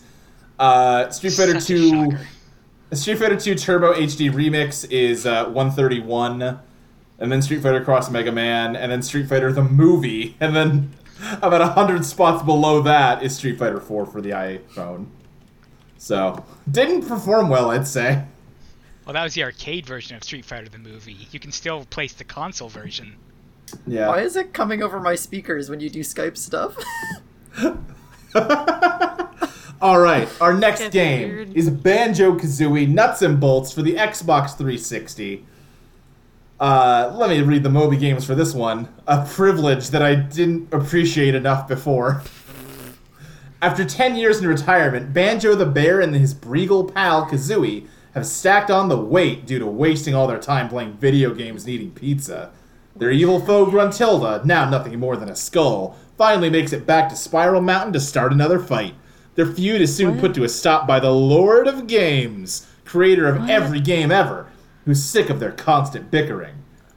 S2: Uh, Street Fighter
S6: Such a
S2: 2
S6: shocker.
S2: Street Fighter 2 Turbo HD Remix is uh, 131 and then Street Fighter Cross Mega Man and then Street Fighter the movie [laughs] and then about 100 spots below that is Street Fighter 4 for the iPhone. So, didn't perform well, I'd say.
S6: Well, that was the arcade version of Street Fighter the movie. You can still place the console version.
S2: Yeah.
S5: Why is it coming over my speakers when you do Skype stuff? [laughs]
S2: All right, our next
S4: That's
S2: game
S4: weird.
S2: is Banjo Kazooie Nuts and Bolts for the Xbox 360. Uh, let me read the Moby games for this one. A privilege that I didn't appreciate enough before. [laughs] After 10 years in retirement, Banjo the Bear and his Breagle pal Kazooie have stacked on the weight due to wasting all their time playing video games and eating pizza. Their evil foe Gruntilda, now nothing more than a skull, finally makes it back to Spiral Mountain to start another fight. Their feud is soon put to a stop by the Lord of Games, creator of every game ever, who's sick of their constant bickering.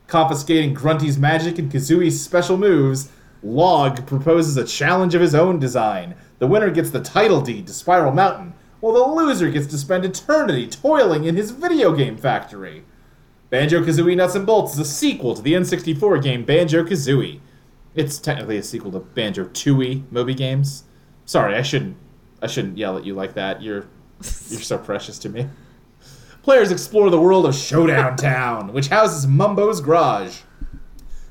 S2: Confiscating Grunty's magic and Kazooie's special moves, Log proposes a challenge of his own design. The winner gets the title deed to Spiral Mountain, while the loser gets to spend eternity toiling in his video game factory. Banjo Kazooie Nuts and Bolts is a sequel to the N64 game Banjo Kazooie. It's technically a sequel to Banjo Tooie Moby Games. Sorry, I shouldn't. I shouldn't yell at you like that. You're you're so precious to me. [laughs] Players explore the world of Showdown Town, which houses Mumbo's Garage.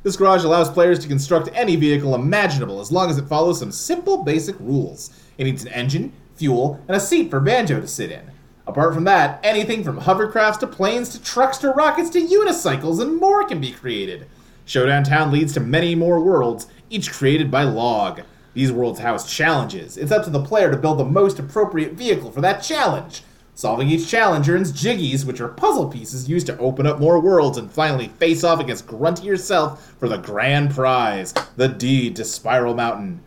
S2: This garage allows players to construct any vehicle imaginable as long as it follows some simple basic rules. It needs an engine, fuel, and a seat for Banjo to sit in. Apart from that, anything from hovercrafts to planes to trucks to rockets to unicycles and more can be created. Showdown Town leads to many more worlds, each created by Log. These worlds house challenges. It's up to the player to build the most appropriate vehicle for that challenge. Solving each challenge earns jiggies, which are puzzle pieces used to open up more worlds and finally face off against Grunty yourself for the grand prize the deed to Spiral Mountain.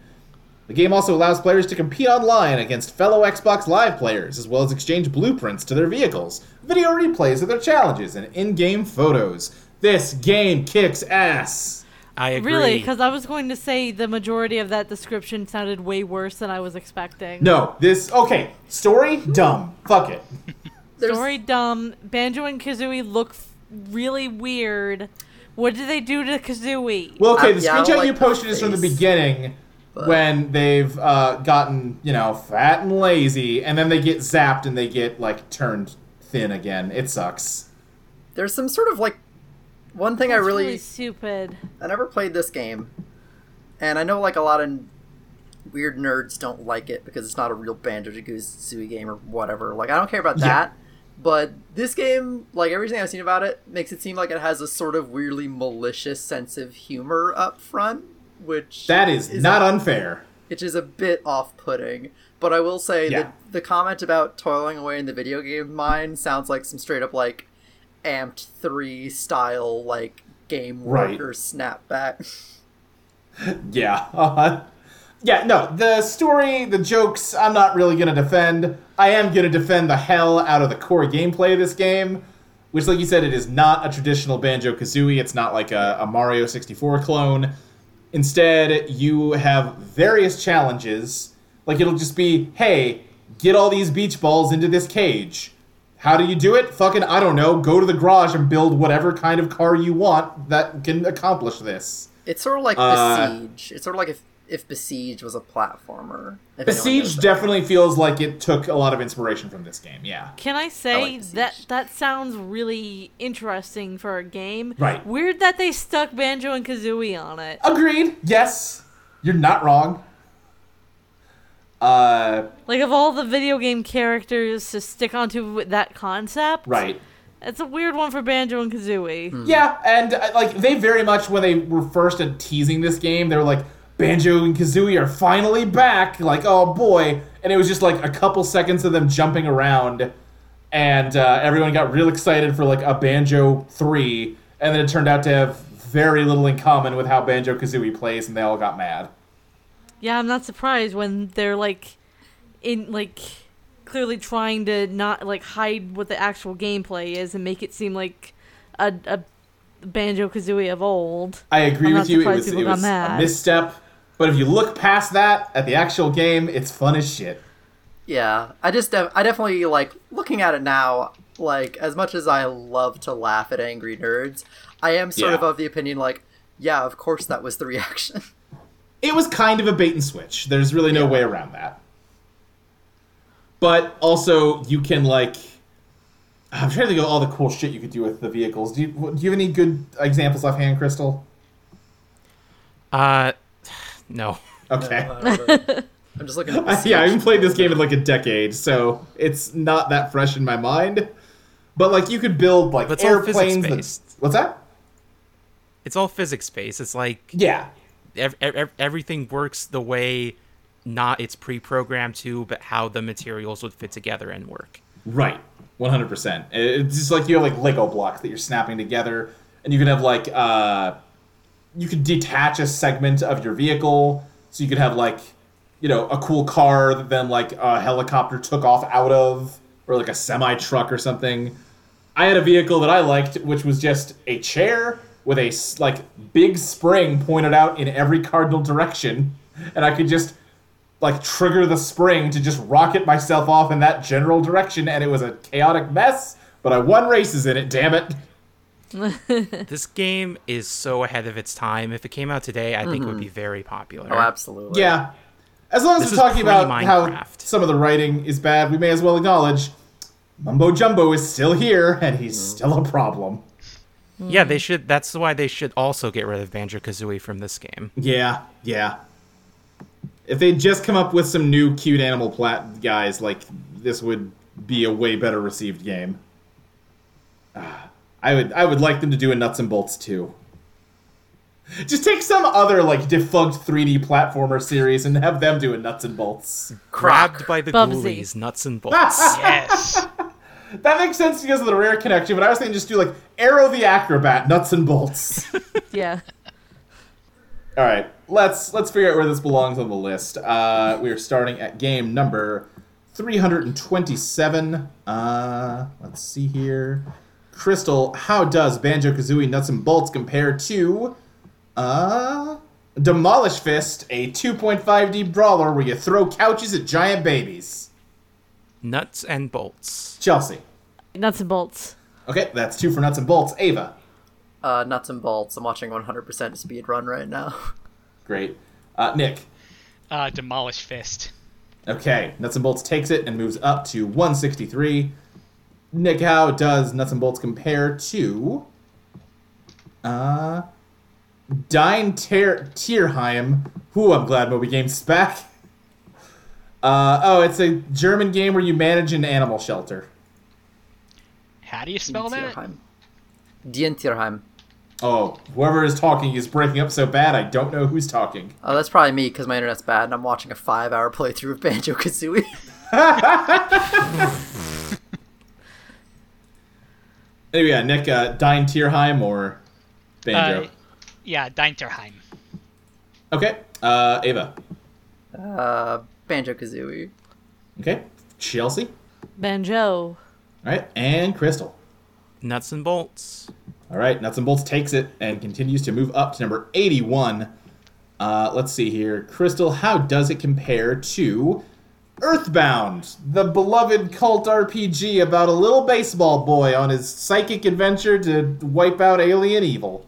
S2: The game also allows players to compete online against fellow Xbox Live players, as well as exchange blueprints to their vehicles, video replays of their challenges, and in game photos. This game kicks ass!
S3: I agree.
S4: Really? Because I was going to say the majority of that description sounded way worse than I was expecting.
S2: No, this. Okay, story? Dumb. Fuck it.
S5: There's,
S4: Story dumb. Banjo and Kazooie look f- really weird. What did they do to Kazooie?
S2: Well, okay,
S5: Uh,
S2: the
S5: yeah, I don't
S2: screenshot
S5: like
S2: you
S5: the
S2: posted is from the
S5: face,
S2: beginning when they've uh, gotten, you know, fat and lazy, and then they get zapped and they get, like, turned thin again. It sucks.
S5: there's some sort of like one thing I
S4: That's
S5: really,
S4: stupid.
S5: I never played this game, and I know like a lot of weird nerds don't like it because it's not a real Banjo Kazooie game or whatever. Like I don't care about
S2: Yeah.
S5: that, but this game, like everything I've seen about it, makes it seem like it has a sort of weirdly malicious sense of humor up front, which
S2: That is,
S5: Is
S2: not
S5: it-
S2: unfair.
S5: which is a bit off-putting. But I will say
S2: Yeah.
S5: that the comment about toiling away in the video game mine sounds like some straight up like amped three style like game
S2: Right.
S5: worker snapback. [laughs]
S2: Yeah. [laughs] Uh, yeah, no, the story, the jokes, I'm not really going to defend. I am going to defend the hell out of the core gameplay of this game, which, like you said, it is not a traditional Banjo Kazooie. It's not like a, a Mario 64 clone. Instead, you have various challenges. Like, it'll just be, hey, get all these beach balls into this cage. How do you do it? Fucking, I don't know. Go to the garage and build whatever kind of car you want that can accomplish this.
S5: It's sort of like
S2: Uh,
S5: Besiege. It's sort of like if if Besiege was a platformer. if anyone knows
S2: Besiege
S5: that.
S2: definitely feels like it took a lot of inspiration from this game. Yeah.
S4: Can I say
S5: like the
S4: that
S5: siege.
S4: that sounds really interesting for a game?
S2: Right. Oh.
S4: Weird that they stuck Banjo and Kazooie on it.
S2: Agreed. Yes. You're not wrong. Uh,
S4: Like of all the video game characters to stick onto with that concept,
S2: right.
S4: It's a weird one for Banjo and Kazooie.
S2: Yeah, and uh, like they very much when they were first at teasing this game, they were like Banjo and Kazooie are finally back. Like, oh boy! And it was just like a couple seconds of them jumping around, and uh, everyone got real excited for like a Banjo three, and then it turned out to have very little in common with how Banjo Kazooie plays, and they all got mad.
S4: Yeah, I'm not surprised when they're like in like clearly trying to not like hide what the actual gameplay is and make it seem like a, a Banjo Kazooie
S2: [laughs]
S4: of old.
S2: I agree
S4: I'm
S2: with
S4: not
S2: you. It
S4: surprised
S2: was,
S4: people
S2: it
S4: got
S2: was a
S4: mad.
S2: misstep. But if you look past that at the actual game, it's fun as shit.
S5: Yeah, I just def- I definitely like looking at it now. Like as much as I love to laugh at angry nerds, I am sort
S2: Yeah.
S5: of of the opinion like, yeah, of course that was the [laughs] reaction.
S2: It was kind of a bait and switch. There's really no way around that. But also, you can like. I'm trying to think of all the cool shit you could do with the vehicles. Do you, do you have any good examples offhand, Crystal?
S3: Uh, [sighs] no.
S2: Okay.
S3: Uh,
S5: [laughs] I'm just looking. At
S2: I- [laughs]
S5: this.
S2: yeah, I haven't played this game in like a decade, so it's not that fresh in my mind. But like, you could build like
S3: But it's all
S2: airplanes. that-
S3: physics-based.
S2: what's that?
S3: It's all physics based. It's like
S2: Yeah,
S3: ev- ev- everything works the way not it's pre-programmed to, but how the materials would fit together and work.
S2: Right. 100%. It- It's just like you have like Lego blocks that you're snapping together and you can have like uh you could detach a segment of your vehicle so you could have like you know a cool car that then like a helicopter took off out of or like a semi truck or something. I had a vehicle that I liked which was just a chair with a s- like big spring pointed out in every cardinal direction and I could just like trigger the spring to just rocket myself off in that general direction, and it was a chaotic mess. But I won races in it. Damn it! [laughs]
S3: This game is so ahead of its time. If it came out today, I think it
S2: Mm-hmm.
S3: would be very popular.
S5: Oh, absolutely.
S2: Yeah. As long as
S3: This
S2: we're
S3: is
S2: talking about how
S3: pre-Minecraft.
S2: some of the writing is bad, we may as well acknowledge Mumbo Jumbo is still here, and he's still a problem.
S3: Yeah, they should. That's why they should also get rid of Banjo Kazooie from this game.
S2: Yeah, yeah. If they'd just come up with some new cute animal plat guys, like this would be a way better received game. Ah, I would I would like them to do a nuts and bolts too. Just take some other like defunct 3D platformer series and have them do a nuts and bolts.
S3: Grabbed by the
S4: Bubsy.
S3: ghoulies, nuts and bolts.
S6: Yes.
S2: That makes sense because of the rare connection, but I was thinking just do like Arrow the Acrobat, nuts and bolts.
S4: Yeah.
S2: All right, let's let's figure out where this belongs on the list. Uh, we are starting at game number 327. Uh, let's see here, Crystal. How does Banjo Kazooie Nuts and Bolts compare to uh, Demolish Fist, a 2.5D brawler where you throw couches at giant babies?
S3: [laughs] nuts and bolts.
S2: Chelsea.
S4: Nuts and bolts.
S2: Okay, that's two for Nuts and Bolts. Ava.
S5: Uh, nuts and bolts. I'm watching 100% speed run right now. [laughs]
S2: Great. Uh, Nick.
S6: Uh, Demolish Fist.
S2: Okay, Nuts and Bolts takes it and moves up to 163. Nick, how does Nuts and Bolts compare to uh Dine Ter- Tierheim? Who I'm glad Moby Game's back. Uh, oh, it's a German game where you manage an animal shelter.
S6: How do you spell that?
S5: Tierheim. Dientierheim.
S2: Oh, whoever is talking is breaking up so bad I don't know who's talking.
S5: Oh, that's probably me because my internet's bad and I'm watching a five hour playthrough of Banjo Kazooie. [laughs]
S2: Anyway, yeah, Nick, uh, Dine Tierheim or Banjo?
S6: Uh, yeah, Deinterheim.
S2: okay, uh, Ava.
S5: uh, Banjo Kazooie.
S2: Okay, Chelsea.
S4: Banjo.
S2: All right, and Crystal.
S3: Nuts and bolts.
S2: All right, Nuts and Bolts takes it and continues to move up to number 81. Uh, let's see here. Crystal, how does it compare to Earthbound, the beloved cult RPG about a little baseball boy on his psychic adventure to wipe out alien evil?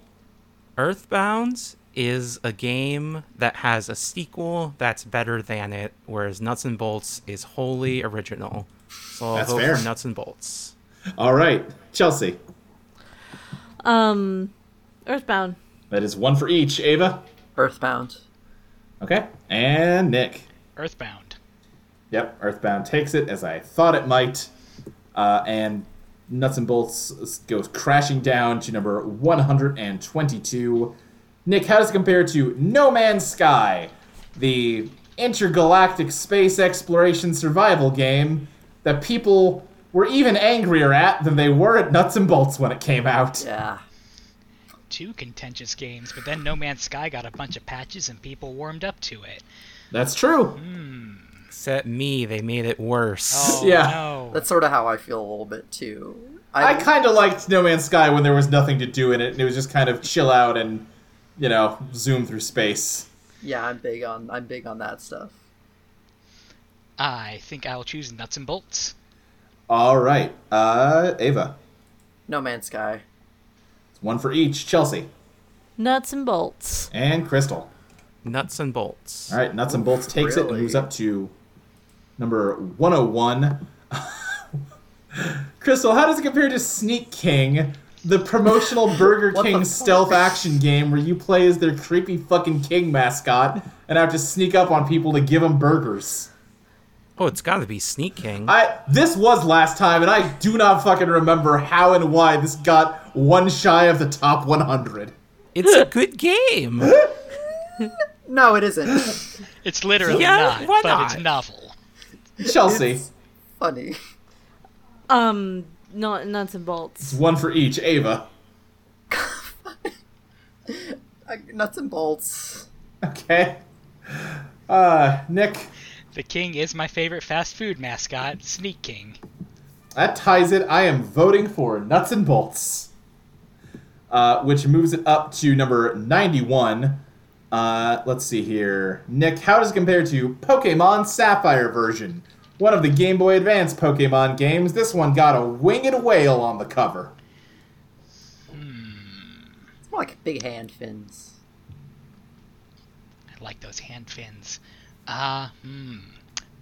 S3: Earthbound is a game that has a sequel that's better than it, whereas Nuts and Bolts is wholly original. So I'll
S2: That's
S3: vote
S2: fair.
S3: for Nuts and Bolts.
S2: All right, Chelsea.
S4: Um, Earthbound.
S2: That is one for each. Ava.
S5: Earthbound.
S2: Okay, and Nick.
S6: Earthbound.
S2: Yep, Earthbound takes it as I thought it might, uh, and Nuts and Bolts s- goes crashing down to number 122. Nick, how does it compare to No Man's Sky, the intergalactic space exploration survival game that people were even angrier at than they were at Nuts and Bolts when it came out?
S5: Yeah.
S6: Two contentious games, but then No Man's Sky got a bunch of patches and people warmed up to it.
S2: That's true.
S3: Except me, they made it worse.
S6: Oh,
S2: Yeah.
S6: no.
S5: That's sort of how I feel a little bit too.
S2: I kind of liked No Man's Sky when there was nothing to do in it, and it was just kind of chill out and, you know, zoom through space.
S5: yeah, I'm big on I'm big on that stuff.
S6: I think I'll choose Nuts and Bolts.
S2: All right, uh, Ava.
S5: No Man's Sky.
S2: It's one for each. Chelsea
S4: Nuts and bolts.
S2: and Crystal.
S3: Nuts and bolts.
S2: All right, Nuts and Bolts takes it and
S5: really?
S2: moves up to number 101. [laughs] Crystal, how does it compare to Sneak King, the
S5: [laughs]
S2: promotional Burger
S5: What the
S2: King
S5: fuck?
S2: stealth action game where you play as their creepy fucking king mascot and have to sneak up on people to give them burgers?
S3: Oh, it's got to be Sneak King.
S2: I this was last time, and I do not fucking remember how and why this got one shy of the top 100.
S3: It's a good game.
S5: No, it isn't.
S6: It's literally
S3: Yeah,
S6: not,
S3: why
S6: but it's
S3: not?
S6: novel.
S2: Chelsea.
S5: It's funny.
S4: Um, not nuts and bolts.
S2: One for each. Ava. [laughs]
S5: I, nuts and bolts.
S2: Okay. Uh, Nick,
S6: The King is my favorite fast food mascot, Sneak King.
S2: that ties it. I am voting for Nuts and Bolts, uh, which moves it up to number 91. Uh, let's see here. Nick, how does it compare to Pokemon Sapphire version? One of the Game Boy Advance Pokemon games. This one got a winged whale on the cover.
S5: It's more like big hand fins.
S6: I like those hand fins. Uh, hmm.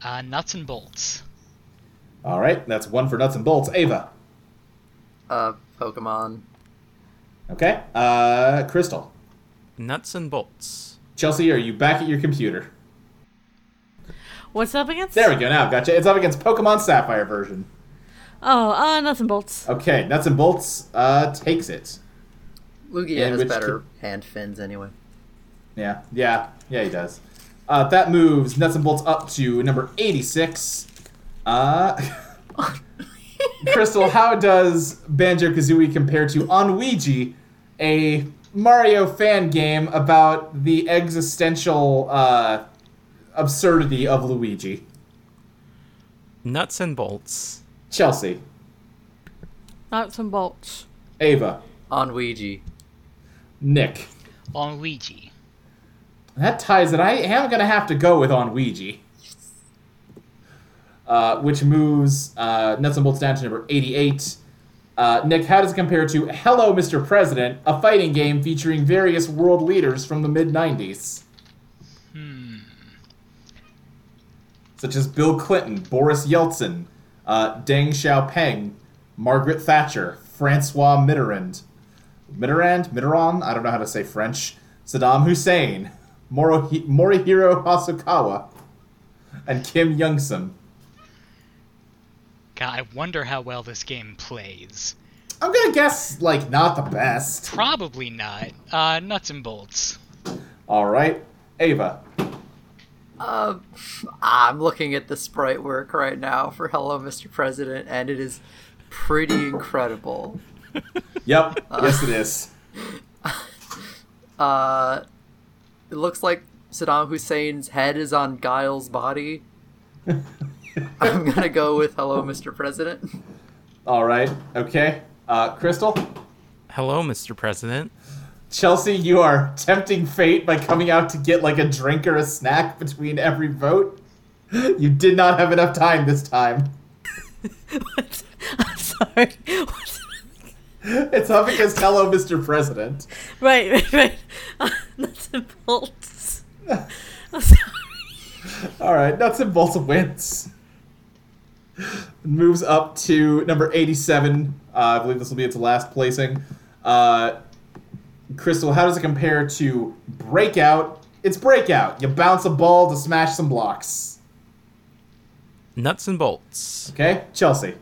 S6: Uh, nuts and Bolts.
S2: All right, that's one for Nuts and Bolts. Ava.
S5: Uh, Pokemon.
S2: Okay. Uh, Crystal.
S3: Nuts and bolts.
S2: Chelsea, are you back at your computer?
S4: What's up against?
S2: There we go. Now I've got you. It's up against Pokemon Sapphire version.
S4: Oh, uh, nuts and bolts.
S2: Okay. Nuts and Bolts uh, takes it.
S5: Lugia
S2: Yeah,
S5: has
S2: which
S5: better hand fins anyway.
S2: Yeah. Yeah. Yeah, he does. Uh, that moves Nuts and Bolts up to number 86. Uh, [laughs] Crystal, how does Banjo Kazooie compare to Onwiji, a Mario fan game about the existential uh, absurdity of Luigi?
S3: Nuts and bolts.
S2: Chelsea,
S4: Nuts
S2: [laughs]
S4: and bolts. [laughs]
S2: Ava,
S5: On Ouija.
S2: Nick.
S6: On Luigi.
S2: That ties it. I am going to have to go with on Ouija. Uh, which moves uh, Nuts and Bolts down to number 88. Uh, Nick, how does it compare to Hello, Mr. President, a fighting game featuring various world leaders from the mid 90s? Such as Bill Clinton, Boris Yeltsin, uh, Deng Xiaoping, Margaret Thatcher, Francois Mitterrand. Mitterrand, Mitterrand, I don't know how to say French. Saddam Hussein, Moro- Morihiro Hosokawa, and Kim Young Sum.
S6: God, I wonder how well this game plays.
S2: I'm gonna guess like not the best.
S6: Probably not. Uh, nuts and bolts.
S2: All right, Ava.
S5: Uh, I'm looking at the sprite work right now for Hello, Mr. President, and it is pretty incredible.
S2: Yep, yes it is.
S5: Uh, it looks like Saddam Hussein's head is on Guile's body. I'm gonna go with Hello, Mr. President.
S2: All right, okay. Uh, Crystal,
S3: Hello, Mr. President.
S2: Chelsea, you are tempting fate by coming out to get like a drink or a snack between every vote. You did not have enough time this time. [laughs]
S4: What? I'm sorry. What?
S2: It's up against Hello, Mr. President.
S4: right, right, right. [laughs] Uh, nuts and bolts. I'm sorry.
S2: All right, nuts and bolts wins. Moves up to number eighty-seven. Uh, I believe this will be its last placing. Uh, Crystal, how does it compare to Breakout? It's Breakout. You bounce a ball to smash some blocks.
S3: Nuts and bolts.
S2: Okay, Chelsea,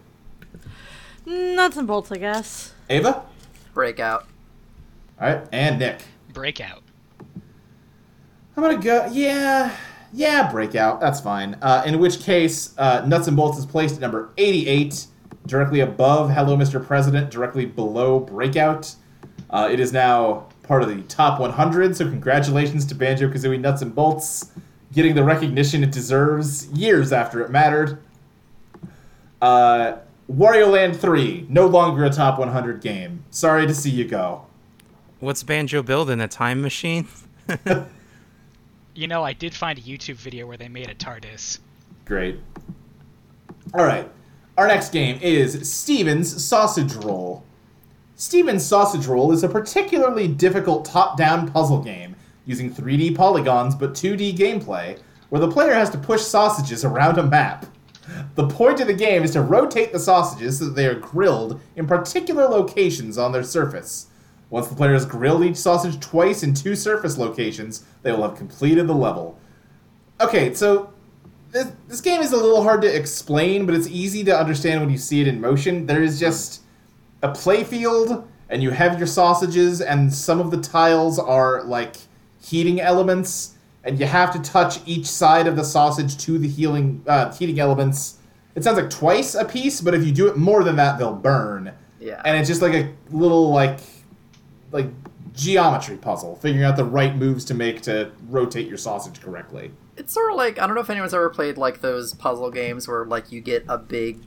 S4: Nuts and bolts, I guess.
S2: Ava. All
S5: Breakout.
S2: right, and Nick.
S6: Breakout.
S2: I'm gonna go. Yeah, yeah. Breakout. That's fine. Uh, in which case, uh, Nuts and Bolts is placed at number 88, directly above Hello, Mr. President, directly below Breakout. Uh, it is now part of the top 100. So congratulations to Banjo Kazooie Nuts and Bolts, getting the recognition it deserves years after it mattered. Uh, Wario Land 3, no longer a top 100 game. Sorry to see you go.
S3: What's Banjo building? A time machine? [laughs]
S6: You know, I did find a YouTube video where they made a TARDIS.
S2: Great. All right. Our next game is Steven's Sausage Roll. Steven's Sausage Roll is a particularly difficult top down puzzle game using 3D polygons but 2D gameplay where the player has to push sausages around a map. The point of the game is to rotate the sausages so that they are grilled in particular locations on their surface. Once the player has grilled each sausage twice in two surface locations, they will have completed the level. Okay, so this, this game is a little hard to explain, but it's easy to understand when you see it in motion. There is just a playfield, and you have your sausages, and some of the tiles are like heating elements, and you have to touch each side of the sausage to the healing uh, heating elements. It sounds like twice a piece, but if you do it more than that, they'll burn.
S5: Yeah.
S2: And it's just like a little like like geometry puzzle, figuring out the right moves to make to rotate your sausage correctly.
S5: It's sort of like I don't know if anyone's ever played like those puzzle games where like you get a big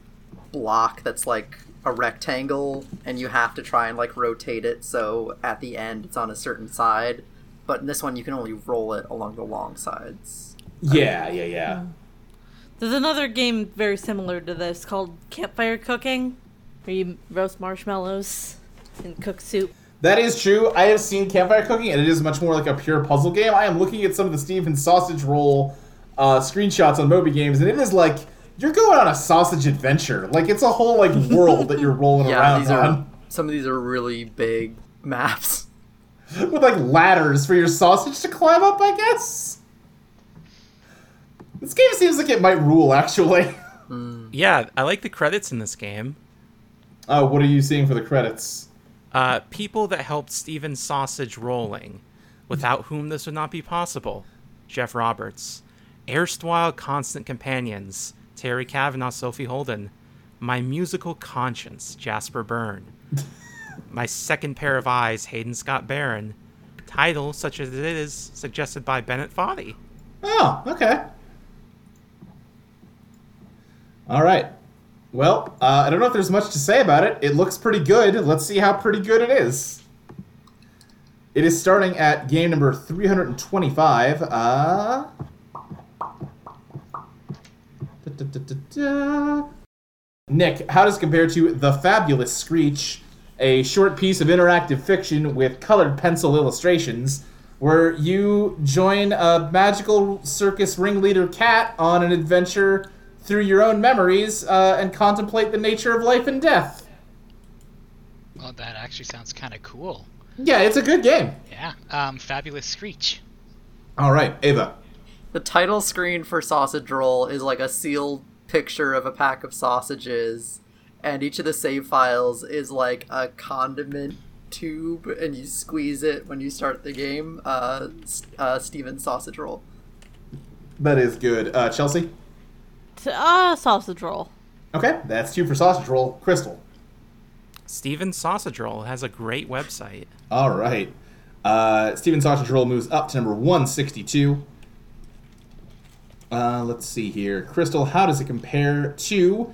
S5: block that's like a rectangle and you have to try and like rotate it so at the end it's on a certain side. But in this one you can only roll it along the long sides.
S2: Yeah, yeah, yeah.
S5: Hmm.
S4: There's another game very similar to this called Campfire Cooking, where you roast marshmallows and cook soup.
S2: That is true. I have seen Campfire Cooking, and it is much more like a pure puzzle game. I am looking at some of the Stephen Sausage Roll uh, screenshots on Moby Games, and it is like you're going on a sausage
S5: [laughs]
S2: adventure. Like it's a whole like world that you're rolling
S5: Yeah,
S2: around
S5: these
S2: on. [laughs]
S5: are some of these are really big maps.
S2: with like ladders for your sausage to climb up, I guess. This game seems like it might rule, actually. [laughs]
S3: Yeah, I like the credits in this game.
S2: Uh, what are you seeing for the credits?
S3: Uh, people that helped Steven Sausage rolling, without whom this would not be possible. Jeff Roberts. Erstwhile constant companions. Terry Kavanaugh, Sophie Holden. My musical conscience, Jasper Byrne. My second pair of eyes, Hayden Scott Barron. Title, such as it is, suggested by Bennett Foddy.
S2: Oh, okay. All right. Well, uh, I don't know if there's much to say about it. It looks pretty good. Let's see how pretty good it is. It is starting at game number 325. Uh... Da-da-da-da-da. Nick, how does it compare to The Fabulous Screech, a short piece of interactive fiction with colored pencil illustrations, where you join a magical circus ringleader cat on an adventure through your own memories uh, and contemplate the nature of life and death?
S6: Well, Oh, that actually sounds kind of cool.
S2: Yeah, it's a good game.
S6: Yeah. Um, Fabulous Screech.
S2: All right, Ava.
S5: The title screen for Sausage Roll is like a sealed picture of a pack of sausages, and each of the save files is like a condiment tube, and you squeeze it when you start the game. Uh, S- uh Steven Sausage Roll.
S2: That is good. Uh, Chelsea?
S4: T- Ah, sausage roll.
S2: Okay, that's two for Sausage Roll. Crystal.
S3: Steven Sausage Roll has a great website.
S2: All right. Uh, Steven Sausage Roll moves up to number 162. Uh, let's see here. Crystal, how does it compare to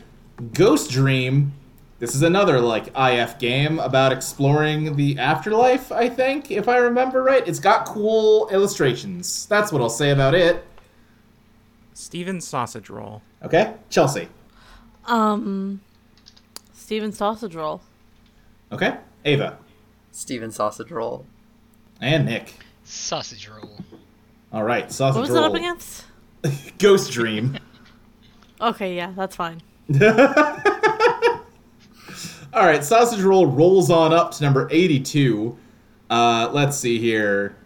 S2: Ghost Dream? This is another, like, IF game about exploring the afterlife, I think, if I remember right. It's got cool illustrations. That's what I'll say about it.
S3: Steven Sausage Roll.
S2: Okay, Chelsea.
S4: Um, Steven sausage roll.
S2: Okay, Ava.
S5: Steven Sausage Roll.
S2: And Nick.
S6: Sausage Roll.
S2: All right, Sausage
S4: What was
S2: Roll.
S4: that up against?
S2: Ghost Dream.
S4: Okay, yeah, that's fine.
S2: All right, Sausage Roll rolls on up to number 82. Uh, let's see here.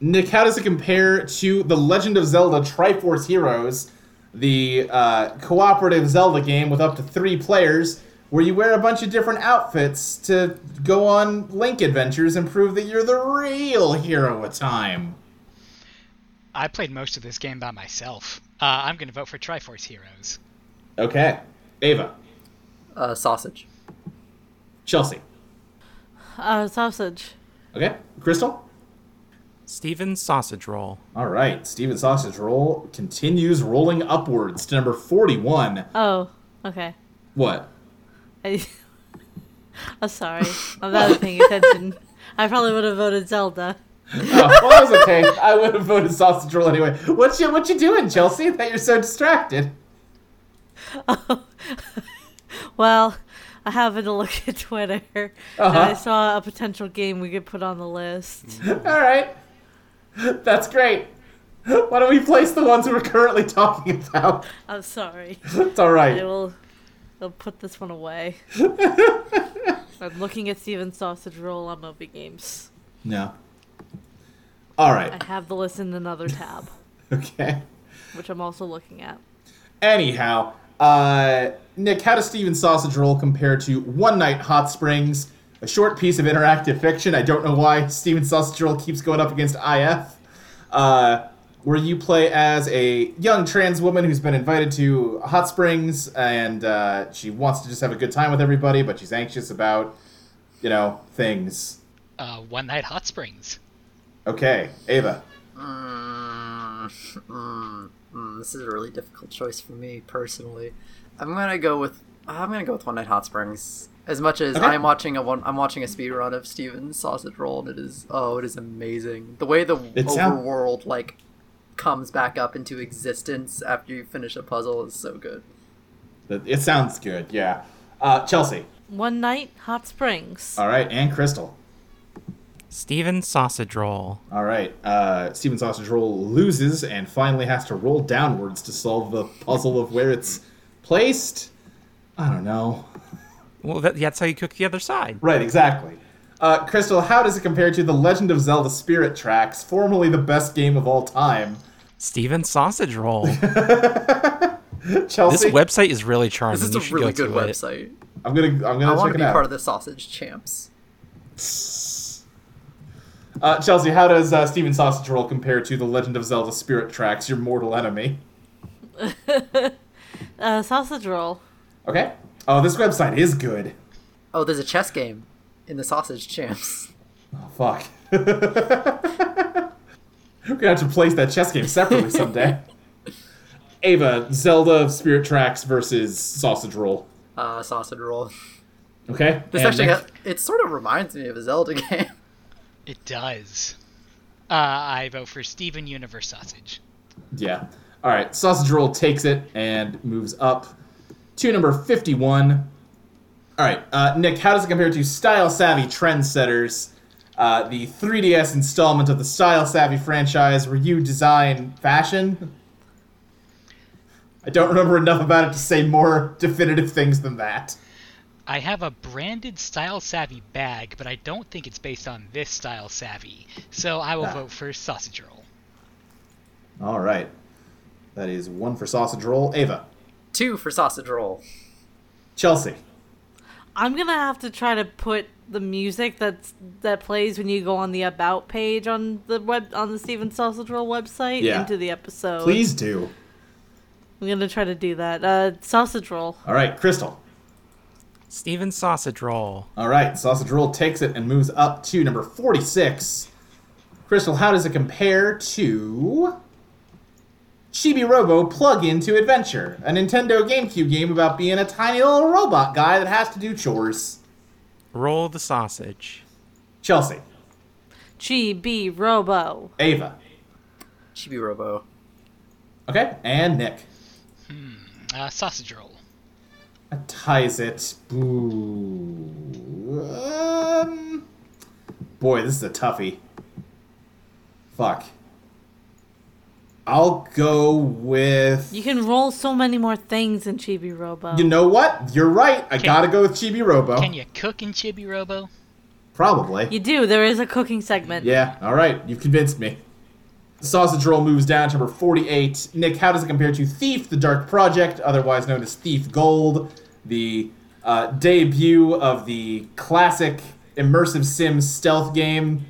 S2: Nick, how does it compare to The Legend of Zelda Triforce Heroes, the uh, cooperative Zelda game with up to three players, where you wear a bunch of different outfits to go on Link adventures and prove that you're the real hero of time?
S6: I played most of this game by myself. Uh, I'm going to vote for Triforce Heroes.
S2: Okay. Ava,
S5: Uh, sausage.
S2: Chelsea.
S4: Uh, sausage.
S2: Okay. Crystal?
S3: Steven Sausage Roll.
S2: All right, Steven Sausage Roll continues rolling upwards to number 41.
S4: Oh, okay. [laughs]
S2: [laughs] What?
S4: I, I'm sorry.
S2: [laughs]
S4: I'm not paying attention. I probably would have voted Zelda.
S2: Oh, well, that was okay. I would have voted Sausage Roll anyway. What you, what you doing, Chelsea, that you're so distracted?
S4: Well, I happened to look at Twitter and
S2: Uh-huh.
S4: I saw a potential game we could put on the list.
S2: All right. That's great. Why don't we place the ones we're currently talking about?
S4: I'm sorry.
S2: It's all
S4: I
S2: right.
S4: will. I'll put this one away. I'm looking at Steven Sausage Roll on Moby Games.
S2: No. All right.
S4: I have the list in another tab,
S2: Okay.
S4: which I'm also looking at.
S2: Anyhow, uh, Nick, how does Steven Sausage Roll compare to One Night Hot Springs, a short piece of interactive fiction? I don't know why Steven Sausage Roll keeps going up against IF, uh, where you play as a young trans woman who's been invited to hot springs and uh, she wants to just have a good time with everybody, but she's anxious about, you know, things.
S6: Uh, One Night Hot Springs.
S2: Okay, Ava.
S5: Mm, mm, mm, this is a really difficult choice for me personally. I'm gonna go with I'm gonna go with One Night Hot Springs. As much as
S2: Okay.
S5: I'm watching a one, I'm watching a speed run of Steven's Sausage Roll, and it is oh, it is amazing. The way the
S2: It sound-
S5: overworld like comes back up into existence after you finish a puzzle is so good.
S2: That- It sounds good, yeah. Uh, Chelsea.
S4: One night, Hot Springs.
S2: All right, and Crystal.
S3: Steven Sausage Roll.
S2: All right. Uh, Steven Sausage Roll loses and finally has to roll downwards to solve the puzzle of where it's placed. I don't know.
S3: Well, that, that's how you cook the other side.
S2: Right, exactly. Uh, Crystal, how does it compare to The Legend of Zelda Spirit Tracks, formerly the best game of all time?
S3: Steven Sausage
S5: [laughs]
S3: Roll. this
S2: Chelsea,
S3: website is really charming.
S5: This is
S3: you
S5: a
S3: should
S5: really
S3: go
S5: good
S3: to it.
S5: website.
S2: I'm gonna, I'm gonna
S5: I
S2: check
S5: want to
S2: it
S5: be
S2: out.
S5: part of the Sausage Champs.
S2: Uh, Chelsea, how does uh, Steven Sausage Roll compare to The Legend of Zelda Spirit Tracks, your mortal enemy?
S4: Uh, sausage roll.
S2: Okay. Oh, this website is good.
S5: Oh, there's a chess game in the Sausage Champs.
S2: Oh, fuck. [laughs] We're gonna have to place that chess game separately
S5: [laughs]
S2: someday. Ava, Zelda Spirit Tracks versus Sausage Roll.
S5: Uh, sausage roll. [laughs]
S2: Okay.
S5: This
S2: And
S5: actually,
S2: next-
S5: ha- it sort of reminds me of a Zelda [laughs] game.
S6: It does. Uh, I vote for Steven Universe Sausage.
S2: Yeah. All right. Sausage Roll takes it and moves up to number 51. All right. Uh, Nick, how does it compare to Style Savvy Trendsetters, uh, the 3DS installment of the Style Savvy franchise where you design fashion? I don't remember enough about it to say more definitive things than that.
S6: I have a branded Style Savvy bag, but I don't think it's based on this Style Savvy, so I will
S2: Ah.
S6: vote for Sausage Roll.
S2: All right. That is one for Sausage Roll. Ava.
S5: Two for sausage roll.
S2: Chelsea.
S4: I'm gonna have to try to put the music that's that plays when you go on the about page on the web on the Steven Sausage Roll website
S2: Yeah.
S4: into the episode.
S2: Please do.
S4: I'm gonna try to do that. Uh, sausage roll.
S2: All right. Crystal.
S3: Steven Sausage Roll.
S2: All right, Sausage Roll takes it and moves up to number 46. Crystal, how does it compare to Chibi Robo Plug Into Adventure, a Nintendo GameCube game about being a tiny little robot guy that has to do chores?
S3: Roll the sausage.
S2: Chelsea,
S4: G B Robo.
S2: Ava,
S5: Chibi Robo.
S2: okay, and Nick.
S6: Uh, sausage Roll.
S2: That ties it. Boo. Um, boy, this is a toughie. Fuck. I'll go with.
S4: You can roll so many more things in Chibi Robo.
S2: You know what? You're right. I gotta go with Chibi Robo.
S6: Can you cook in Chibi Robo?
S2: Probably.
S4: You do. There is a cooking segment.
S2: yeah. All right. You've convinced me. Sausage Roll moves down to number 48. Nick, how does it compare to Thief: The Dark Project, otherwise known as Thief Gold, the uh, debut of the classic immersive sim stealth game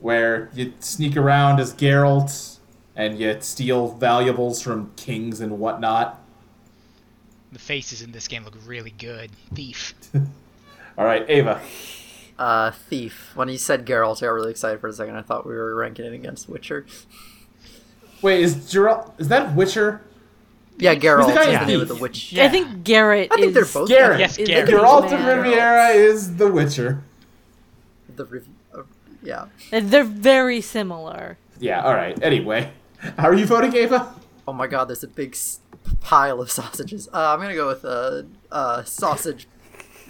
S2: where you sneak around as Geralt and you steal valuables from kings and whatnot?
S6: The faces in this game look really good. Thief.
S2: All right, Ava.
S5: Uh, Thief. When you said Geralt, I got really excited for a second. I thought we were ranking it against Witcher.
S2: Wait, is Geralt? Is that Witcher?
S5: Yeah, Geralt
S2: guy
S5: is
S2: in
S5: the name of the
S2: Thief?
S5: witch.
S6: Yeah.
S4: I think Garrett.
S5: I think
S4: is,
S5: they're both
S2: Garrett.
S6: Yes,
S4: is
S6: Garrett.
S4: the
S2: Geralt
S4: man.
S2: of Riviera is The Witcher.
S5: The rev- uh, yeah.
S4: And They're very similar.
S2: Yeah, alright. Anyway, how are you voting, Ava?
S5: Oh my god, there's a big s- pile of [laughs] sausages. Uh, I'm gonna go with a uh, uh, sausage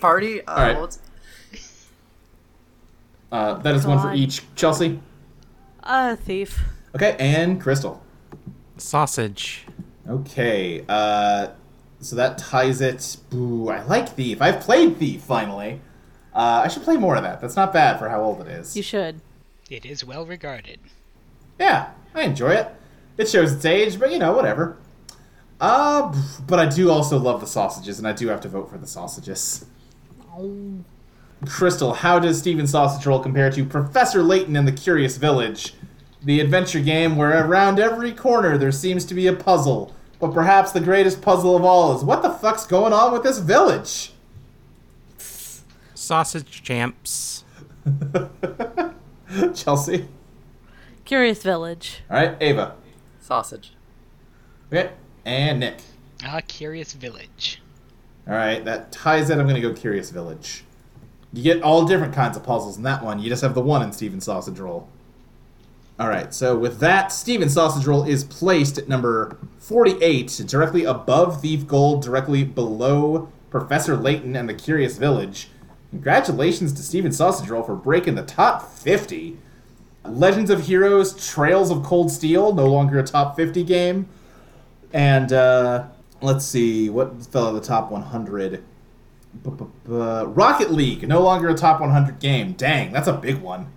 S5: party. Uh,
S2: Alright.
S5: what's-
S2: Uh, that is one for
S4: God.
S2: each. Chelsea.
S4: Uh, thief.
S2: Okay, and Crystal.
S3: Sausage.
S2: Okay, uh, so that ties it. Boo, I like Thief. I've played Thief, finally. Uh, I should play more of that. That's not bad for how old it is.
S4: You should.
S6: It is well regarded.
S2: Yeah, I enjoy it. It shows its age, but you know, whatever. Uh, but I do also love the sausages, and I do have to vote for the sausages. Crystal, how does Steven Sausage Roll compare to Professor Layton and the Curious Village? The adventure game where around every corner there seems to be a puzzle. But perhaps the greatest puzzle of all is what the fuck's going on with this village? [laughs]
S3: Sausage champs.
S2: Chelsea.
S4: Curious Village.
S2: Alright, Ava.
S5: sausage.
S2: Okay. And Nick.
S6: Ah, Curious Village.
S2: All right, that ties it. I'm going to go Curious Village. You get all different kinds of puzzles in that one. You just have the one in Steven Sausage Roll. All right, so with that, Steven Sausage Roll is placed at number 48, directly above Thief Gold, directly below Professor Layton and the Curious Village. Congratulations to Steven Sausage Roll for breaking the top 50. Legends of Heroes, Trails of Cold Steel, no longer a top 50 game. And uh, let's see, what fell out of the top 100? B- b- b- Rocket League, no longer a top 100 game. Dang, that's a big one.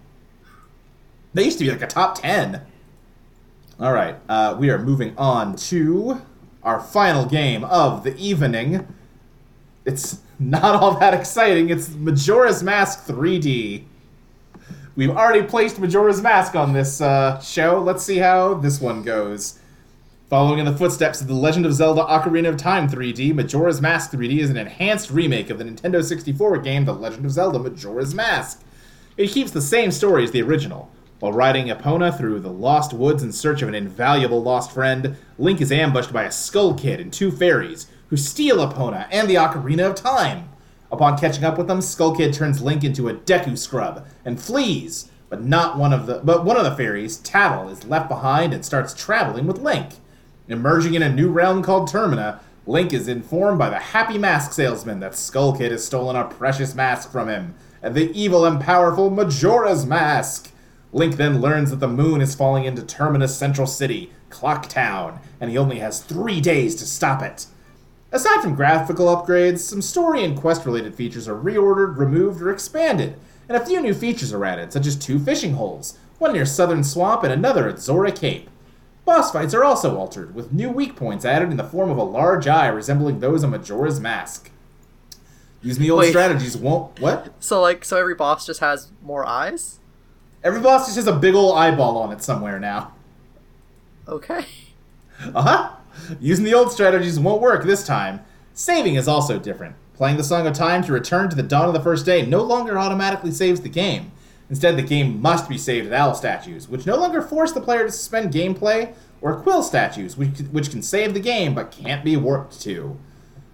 S2: They used to be like a top 10. All right, uh, we are moving on to our final game of the evening. It's [laughs] not all that exciting. It's Majora's Mask 3D. We've already placed Majora's Mask on this uh, show. Let's see how this one goes. Following in the footsteps of The Legend of Zelda Ocarina of Time 3D, Majora's Mask 3D is an enhanced remake of the Nintendo 64 game The Legend of Zelda Majora's Mask. It keeps the same story as the original. While riding Epona through the Lost Woods in search of an invaluable lost friend, Link is ambushed by a Skull Kid and two fairies, who steal Epona and the Ocarina of Time. Upon catching up with them, Skull Kid turns Link into a Deku scrub and flees, but not one of the but one of the fairies, Tattle, is left behind and starts traveling with Link. Emerging in a new realm called Termina, Link is informed by the happy mask salesman that Skull Kid has stolen a precious mask from him, and the evil and powerful Majora's mask. Link then learns that the moon is falling into Terminus Central City, Clock Town, and he only has three days to stop it. Aside from graphical upgrades, some story and quest related features are reordered, removed, or expanded, and a few new features are added, such as two fishing holes, one near Southern Swamp and another at Zora Cape. Boss fights are also altered, with new weak points added in the form of a large eye resembling those on Majora's Mask. Using the old
S5: Wait.
S2: strategies won't. What?
S5: So like, so every boss just has more eyes.
S2: Every boss just has a big old eyeball on it somewhere now.
S5: Okay. [laughs]
S2: Uh huh. Using the old strategies won't work this time. Saving is also different. Playing the Song of Time to return to the dawn of the first day no longer automatically saves the game. Instead, the game must be saved at owl statues, which no longer force the player to suspend gameplay, or quill statues, which, which can save the game but can't be warped to.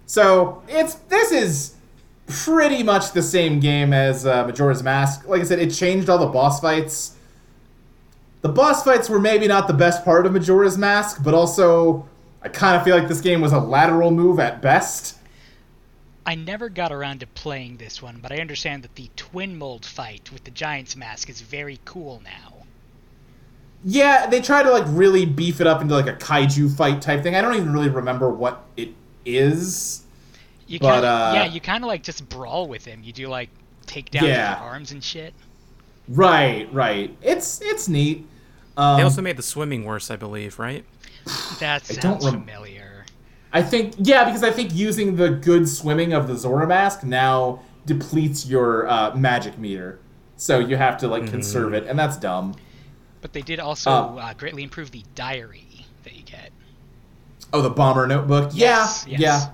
S2: So it's this is pretty much the same game as uh, Majora's Mask. Like I said, it changed all the boss fights the boss fights were maybe not the best part of Majora's Mask, but also I kind of feel like this game was a lateral move at best.
S6: I never got around to playing this one, but I understand that the twin mold fight with the giant's mask is very cool now.
S2: Yeah, they tried to like really beef it up into like a kaiju fight type thing. I don't even really remember what it is.
S6: You
S2: But,
S6: kinda,
S2: uh,
S6: yeah, you kind of like just brawl with him. You do like take down
S2: Yeah.
S6: their arms and shit.
S2: Right, right. It's it's neat. Um,
S3: They also made the swimming worse, I believe, right?
S6: That
S2: I don't
S6: sounds
S2: rem-
S6: familiar.
S2: I think yeah, because I think using the good swimming of the Zora mask now depletes your uh, magic meter, so you have to like conserve it, and that's dumb.
S6: But they did also
S2: Oh.
S6: uh, greatly improve the diary that you get.
S2: Oh, the bomber notebook.
S6: Yes,
S2: yeah,
S6: yes.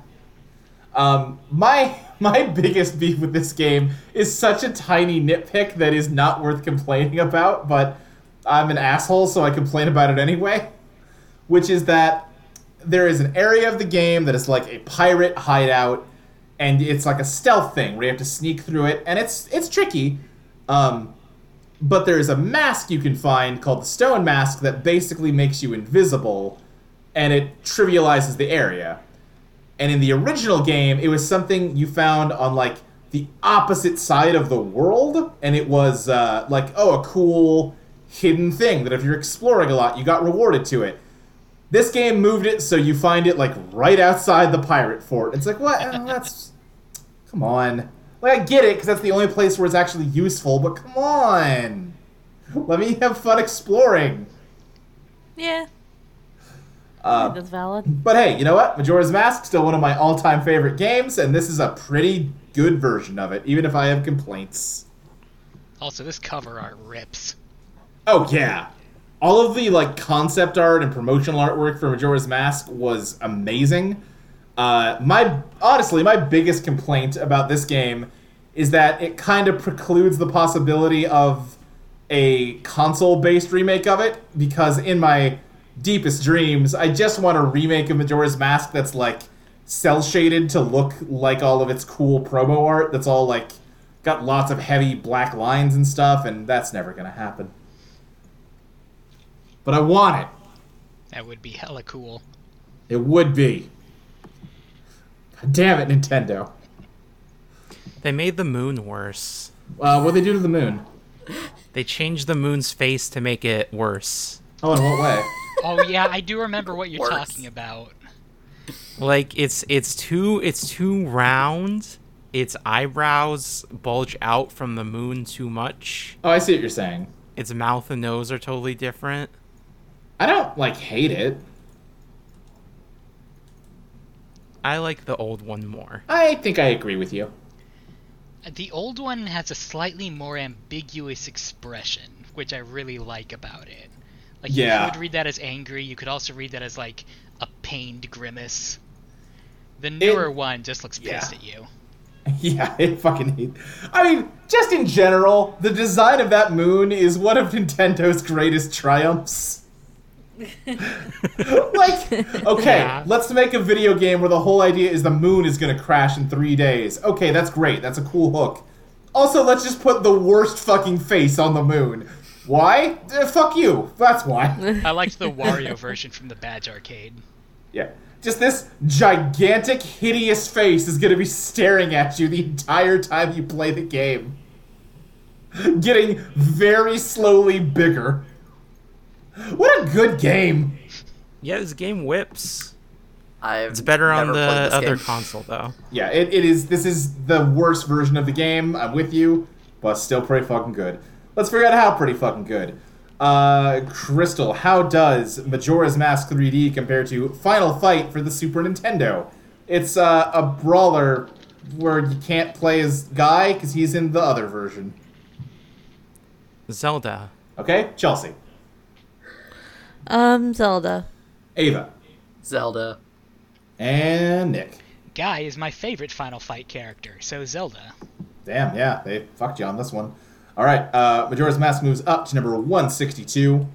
S2: yeah. Um, my [laughs] my biggest beef with this game is such a tiny nitpick that is not worth complaining about, but I'm an asshole, so I complain about it anyway. Which is that there is an area of the game that is like a pirate hideout, and it's like a stealth thing where you have to sneak through it, and it's it's tricky. Um, but there is a mask you can find called the Stone Mask that basically makes you invisible, and it trivializes the area. And in the original game, it was something you found on like the opposite side of the world, and it was uh, like oh a cool hidden thing that if you're exploring a lot, you got rewarded to it. This game moved it so you find it like right outside the pirate fort. It's like what? Oh, that's [laughs] come on. Like I get it because that's the only place where it's actually useful, but come on. Let me have fun exploring.
S4: Yeah.
S5: Uh,
S4: that's valid.
S2: But hey, you know what? Majora's Mask still one of my all-time favorite games, and this is a pretty good version of it, even if I have complaints.
S6: Also, this cover art rips.
S2: Oh yeah, all of the like concept art and promotional artwork for Majora's Mask was amazing. Uh, my honestly, my biggest complaint about this game is that it kind of precludes the possibility of a console-based remake of it because in my deepest dreams, I just want a remake of Majora's Mask that's like cell shaded to look like all of its cool promo art. That's all like got lots of heavy black lines and stuff, and that's never gonna happen. But I want it.
S6: That would be hella cool.
S2: It would be. God damn it, Nintendo.
S3: They made the moon worse.
S2: Uh, what they do to the moon?
S3: They changed the moon's face to make it worse.
S2: Oh, in what way?
S6: Oh yeah, I do remember what you're
S5: Worse.
S6: talking about.
S3: Like it's it's too it's too round its eyebrows bulge out from the moon too much.
S2: Oh, I see what you're saying.
S3: Its mouth and nose are totally different.
S2: I don't like hate it.
S3: I like the old one more.
S2: I think I agree with you.
S6: The old one has a slightly more ambiguous expression, which I really like about it. Like
S2: Yeah.
S6: you could read that as angry, you could also read that as like a pained grimace. The
S2: It-
S6: newer one just looks pissed
S2: Yeah.
S6: at you.
S2: [laughs] Yeah, it fucking hate. I mean, just in general, the design of that moon is one of Nintendo's greatest triumphs. like, okay,
S3: Yeah.
S2: let's make a video game where the whole idea is the moon is gonna crash in three days. Okay, that's great. That's a cool hook. Also, let's just put the worst fucking face on the moon. Why? Eh, fuck you. That's why.
S6: I liked the Wario version from the Badge Arcade.
S2: Yeah. Just this gigantic, hideous face is going to be staring at you the entire time you play the game. Getting very slowly bigger. What a good game!
S3: Yeah, this game whips.
S5: I've
S3: It's better on
S5: never
S3: the
S5: played this
S3: other
S5: game.
S3: console though.
S2: Yeah, it, it is. This is the worst version of the game. I'm with you, but still pretty fucking good. Let's figure out how pretty fucking good. Uh, Crystal, how does Majora's Mask 3D compare to Final Fight for the Super Nintendo? It's uh, a brawler where you can't play as Guy because he's in the other version.
S3: Zelda.
S2: Okay, Chelsea,
S4: Um, Zelda.
S2: Ava,
S5: Zelda.
S2: and Nick.
S6: Guy is my favorite Final Fight character, so Zelda.
S2: Damn, yeah, they fucked you on this one. All right, uh, Majora's Mask moves up to number 162.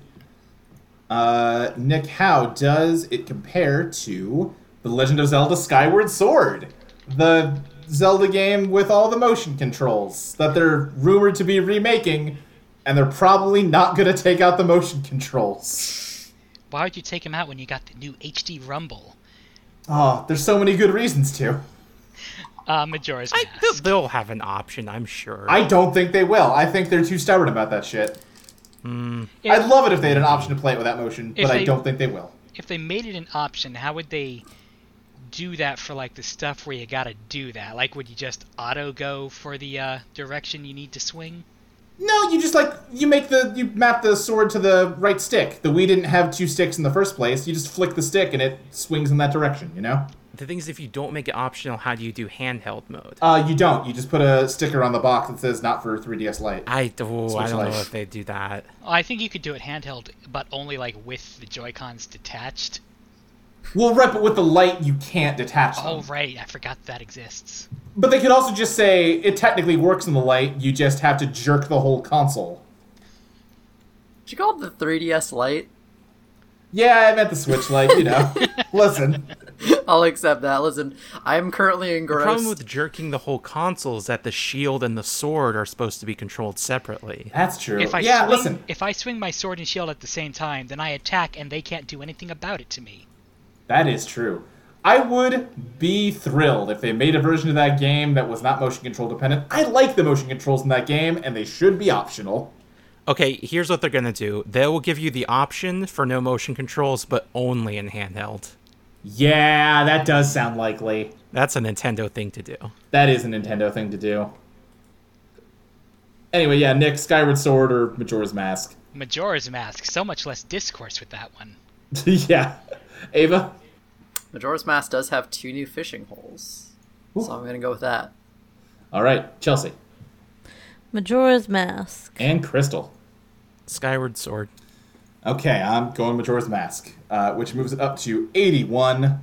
S2: Uh, Nick, how does it compare to The Legend of Zelda Skyward Sword? The Zelda game with all the motion controls that they're rumored to be remaking, and they're probably not going to take out the motion controls.
S6: Why would you take him out when you got the new HD Rumble?
S2: Oh, there's so many good reasons to.
S6: Uh, Majora's
S3: I,
S6: Mask.
S3: they'll- they'll have an option, I'm sure.
S2: I don't think they will. I think they're too stubborn about that shit.
S6: If-
S2: I'd love it if they had an option to play it without motion,
S6: Hmm. If
S2: but I
S6: they-
S2: don't think they will.
S6: if they made it an option, how would they do that for like the stuff where you gotta do that? Like, would you just auto go for the uh, direction you need to swing?
S2: No, you just like you make the you map the sword to the right stick. The Wii didn't have two sticks in the first place. You just flick the stick and it swings in that direction. You know.
S3: the thing is, if you don't make it optional, how do you do handheld mode?
S2: Uh, you don't. You just put a sticker on the box that says "Not for 3DS Lite."
S3: I, oh, I
S2: Switch
S3: don't know
S2: Lite.
S3: if they do that.
S6: Oh, I think you could do it handheld, but only like with the Joy Cons detached.
S2: Well, right, but with the light you can't detach them.
S6: Oh right, I forgot that exists.
S2: But they could also just say it technically works in the light. You just have to jerk the whole console.
S5: Did you call it the 3DS Lite?
S2: Yeah, I meant the Switch Lite. You
S6: [laughs]
S2: know. Listen.
S5: I'll accept that. Listen, I'm currently
S3: The problem
S5: engrossed.
S3: with jerking the whole console is that the shield and the sword are supposed to be controlled separately.
S2: That's true.
S6: If I
S2: yeah,
S6: swing,
S2: listen.
S6: if I swing my sword and shield at the same time, then I attack and they can't do anything about it to me.
S2: That is true. I would be thrilled if they made a version of that game that was not motion control dependent. I like the motion controls in that game, and they should be optional.
S3: Okay, here's what they're gonna do. They will give you the option for no motion controls, but only in handheld.
S2: Yeah, that does sound likely.
S3: That's a Nintendo thing to do.
S2: That is a Nintendo thing to do. Anyway, yeah, Nick, Skyward Sword or Majora's Mask. [laughs]
S6: Majora's Mask, so much less discourse with that one.
S2: yeah. Ava?
S5: Majora's Mask does have two new fishing holes, so I'm gonna go with that.
S2: All right, Chelsea.
S4: Majora's Mask.
S2: And Crystal.
S3: Skyward Sword.
S2: Okay, I'm going Majora's Mask, uh, which moves it up to 81.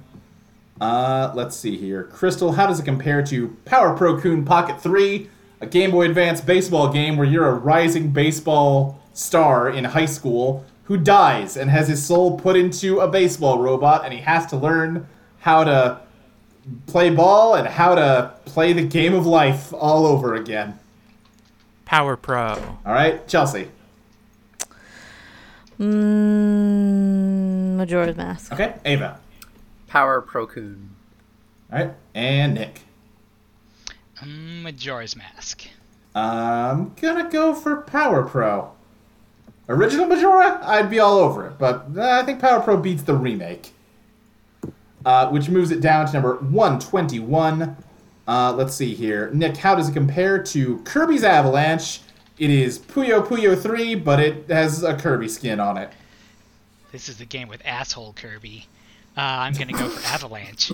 S2: Uh, let's see here. Crystal, how does it compare to Power Pro Coon Pocket 3, a Game Boy Advance baseball game where you're a rising baseball star in high school who dies and has his soul put into a baseball robot and he has to learn how to play ball and how to play the game of life all over again?
S3: Power Pro.
S2: All right, Chelsea.
S4: Mm, Majora's Mask.
S2: Okay, Ava.
S5: Power Procoon.
S3: [laughs]
S2: All right, and Nick.
S6: Mm, Majora's Mask.
S2: I'm gonna go for Power Pro. Original Majora, I'd be all over it, but uh, I think Power Pro beats the remake, uh, which moves it down to number 121. Uh, let's see here. Nick, how does it compare to Kirby's Avalanche? It is Puyo Puyo 3, but it has a Kirby skin on it.
S6: This is the game with asshole Kirby. Uh, I'm gonna
S2: [laughs]
S6: go for Avalanche.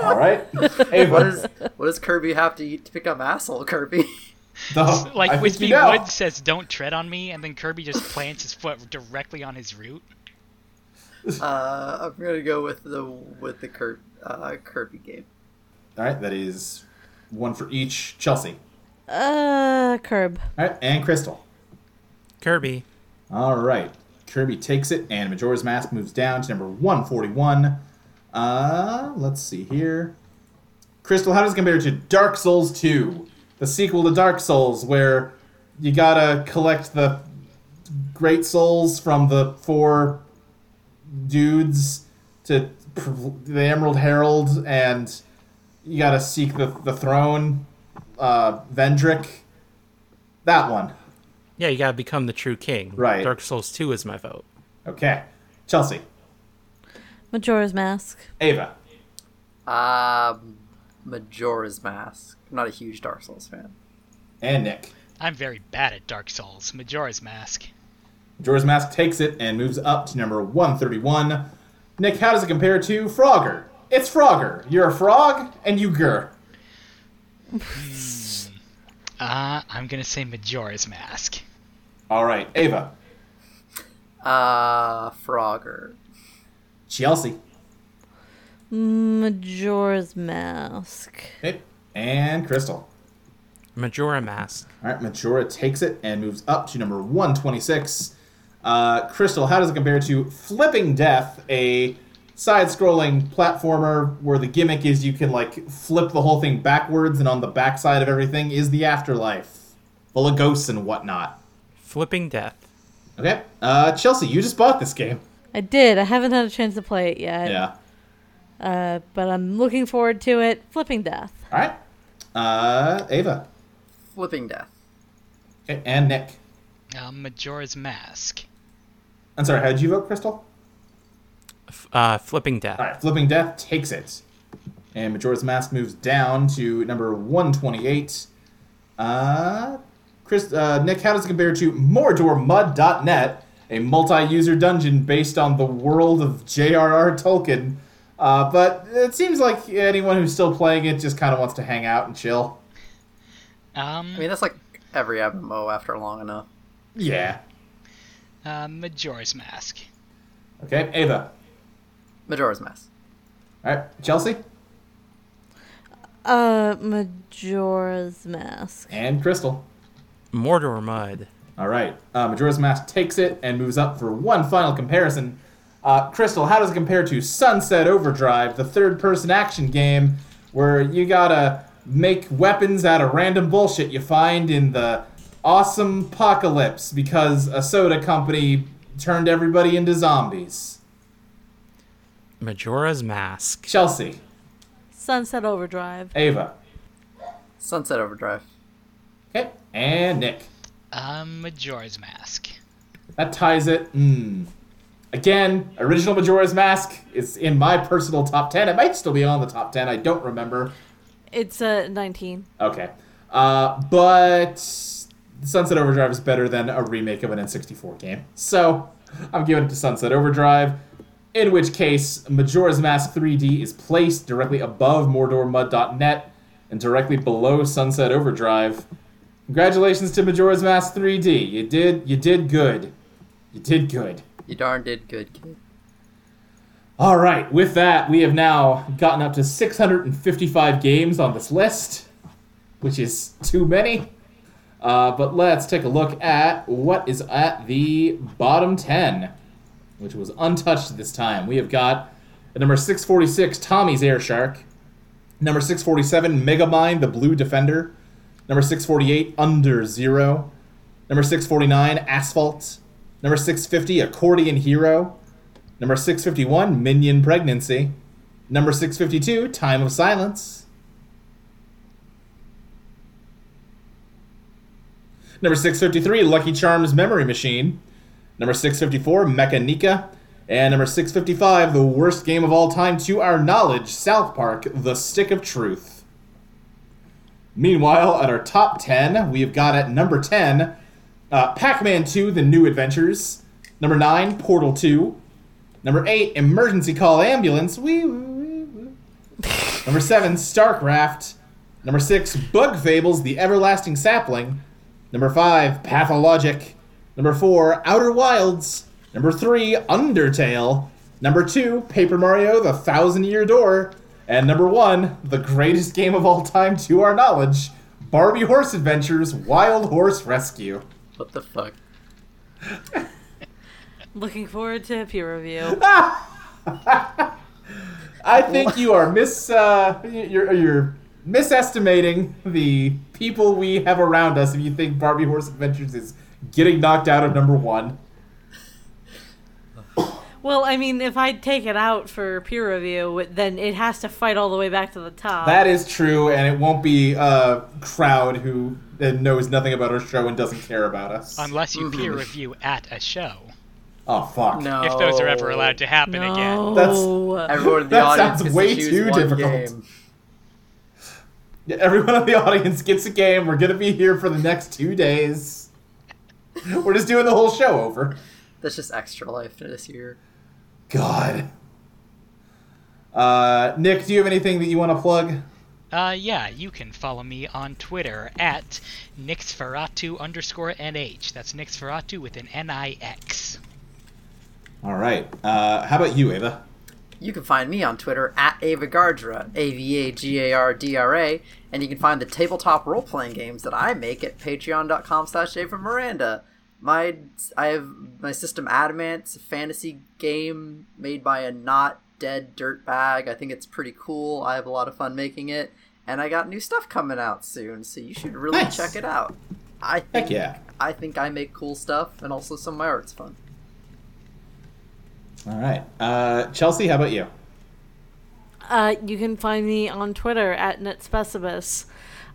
S2: All right. Ava,
S5: What does what does Kirby have to eat to become asshole Kirby? [laughs]
S2: the- I
S6: Like
S2: think
S6: Wispy
S2: you know.
S6: Wood says, "Don't tread on me," and then Kirby just plants his foot directly on his root.
S5: Uh, I'm gonna go with the with the Kir- uh, Kirby game.
S2: All right, that is one for each. Chelsea.
S4: Uh, curb.
S2: All right, and Crystal.
S3: Kirby.
S2: All right. Kirby takes it, and Majora's Mask moves down to number 141. Uh, let's see here. Crystal, how does it compare to Dark Souls 2, the sequel to Dark Souls, where you gotta collect the great souls from the four dudes to pr- the Emerald Herald, and you gotta seek the, the throne, uh, Vendrick? That one.
S3: Yeah, you gotta become the true king.
S2: Right.
S3: Dark Souls 2 is my vote.
S2: Okay. Chelsea.
S4: Majora's Mask.
S2: Ava.
S5: Um, Majora's Mask. I'm not a huge Dark Souls fan.
S2: and Nick.
S6: I'm very bad at Dark Souls. Majora's Mask.
S2: Majora's Mask takes it and moves up to number 131. Nick, how does it compare to Frogger? It's Frogger. You're a frog and you gur.
S6: Uh, I'm gonna say Majora's Mask.
S2: All right, Ava.
S5: Uh, Frogger.
S2: Chelsea.
S4: Majora's Mask.
S2: Okay. And Crystal.
S3: Majora Mask.
S2: All right, Majora takes it and moves up to number 126. Uh, Crystal, how does it compare to Flipping Death, a side-scrolling platformer where the gimmick is you can like flip the whole thing backwards, and on the backside of everything is the afterlife, full of ghosts and whatnot.
S3: Flipping Death.
S2: Okay, uh, Chelsea, you just bought this game.
S4: I did. I haven't had a chance to play it yet.
S2: Yeah.
S4: Uh, but I'm looking forward to it. Flipping Death.
S2: All right. Uh, Ava
S5: Flipping Death.
S2: okay. and Nick.
S6: Uh, Majora's Mask.
S2: I'm sorry. How did you vote, Crystal?
S3: F- uh, Flipping Death.
S2: All right, Flipping Death takes it. And Majora's Mask moves down to number 128. Uh, Chris, uh, Nick, how does it compare to MordorMud.net, a multi-user dungeon based on the world of J.R.R. Tolkien? Uh, but it seems like anyone who's still playing it just kind of wants to hang out and chill.
S6: Um,
S5: I mean, that's like every MMO after long enough.
S2: Yeah.
S6: uh, Majora's Mask.
S2: Okay, Ava.
S5: Majora's Mask.
S2: All right, Chelsea
S4: Uh, Majora's Mask.
S2: and Crystal.
S3: Mordor Mud.
S2: All right. Uh, Majora's Mask takes it and moves up for one final comparison. Uh, Crystal, how does it compare to Sunset Overdrive, the third person action game where you gotta make weapons out of random bullshit you find in the awesome apocalypse because a soda company turned everybody into zombies?
S3: Majora's Mask.
S2: Chelsea,
S4: Sunset Overdrive.
S2: Ava,
S5: Sunset Overdrive.
S2: okay, and Nick.
S6: Um, Majora's Mask.
S2: That ties it. Mm. Again, original Majora's Mask is in my personal top 10. It might still be on the top 10. I don't remember.
S4: It's a uh, 19.
S2: Okay. Uh, but Sunset Overdrive is better than a remake of an N64 game. So I'm giving it to Sunset Overdrive. In which case, Majora's Mask 3D is placed directly above MordorMud.net and directly below Sunset Overdrive. Congratulations to Majora's Mask 3D. You did you did good. You did good.
S5: You darn did good, kid.
S2: All right, with that, we have now gotten up to 655 games on this list, which is too many. Uh, but let's take a look at what is at the bottom 10, which was untouched this time. We have got at number 646, Tommy's Air Shark. Number 647, Megamind, the Blue Defender. Number 648, Under Zero. Number 649, Asphalt. Number 650, Accordion Hero. Number 651, Minion Pregnancy. Number 652, Time of Silence. Number 653, Lucky Charms Memory Machine. Number 654, Mechanica. And number 655, the worst game of all time to our knowledge, South Park, The Stick of Truth. Meanwhile, at our top 10, we have got at number 10, uh, Pac Man 2 The New Adventures. Number 9, Portal 2. Number 8, Emergency Call Ambulance. Wee, woo, wee, woo. Number 7, StarCraft. Number 6, Bug Fables The Everlasting Sapling. Number 5, Pathologic. Number 4, Outer Wilds. Number 3, Undertale. Number 2, Paper Mario The Thousand Year Door. And number 1, the greatest game of all time to our knowledge, Barbie Horse Adventures Wild Horse Rescue.
S5: What the fuck?
S4: Looking forward to peer review.
S2: I think you are mis uh, you're you're misestimating the people we have around us if you think Barbie Horse Adventures is getting knocked out of number 1.
S4: well, I mean, if I take it out for peer review, it- then it has to fight all the way back to the top.
S2: That is true, and it won't be a crowd who uh, knows nothing about our show and doesn't care about us.
S6: Unless you peer
S2: Mm-hmm.
S6: review at a show,
S2: oh fuck!
S5: No.
S6: if those are ever allowed to happen again.
S4: no.
S5: Everyone in the
S2: That
S5: audience
S2: sounds
S5: gets to
S2: way
S5: choose
S2: too
S5: one
S2: difficult.
S5: game.
S2: Yeah, Everyone in the audience gets a game. We're gonna be here for the next two days. We're just doing the whole show over.
S5: That's just extra life for this year.
S2: God. Uh, Nick, do you have anything that you want to plug?
S6: Uh, yeah, you can follow me on Twitter at nixferatu underscore nh. That's nixferatu with an n-i-x.
S2: All right. Uh, how about you, Ava?
S5: You can find me on Twitter at Avagardra, A V A G A R D R A, and you can find the tabletop role playing games that I make at patreon.com slash Ava Miranda. My I have my system Adamant's a fantasy game made by a not dead dirtbag. I think it's pretty cool. I have a lot of fun making it, and I got new stuff coming out soon, so you should really
S2: Nice.
S5: check it out. I think
S2: Heck yeah.
S5: I think I make cool stuff and also some of my art's fun.
S2: All right. Uh, Chelsea, how about you?
S4: Uh, you can find me on Twitter at netspecibus,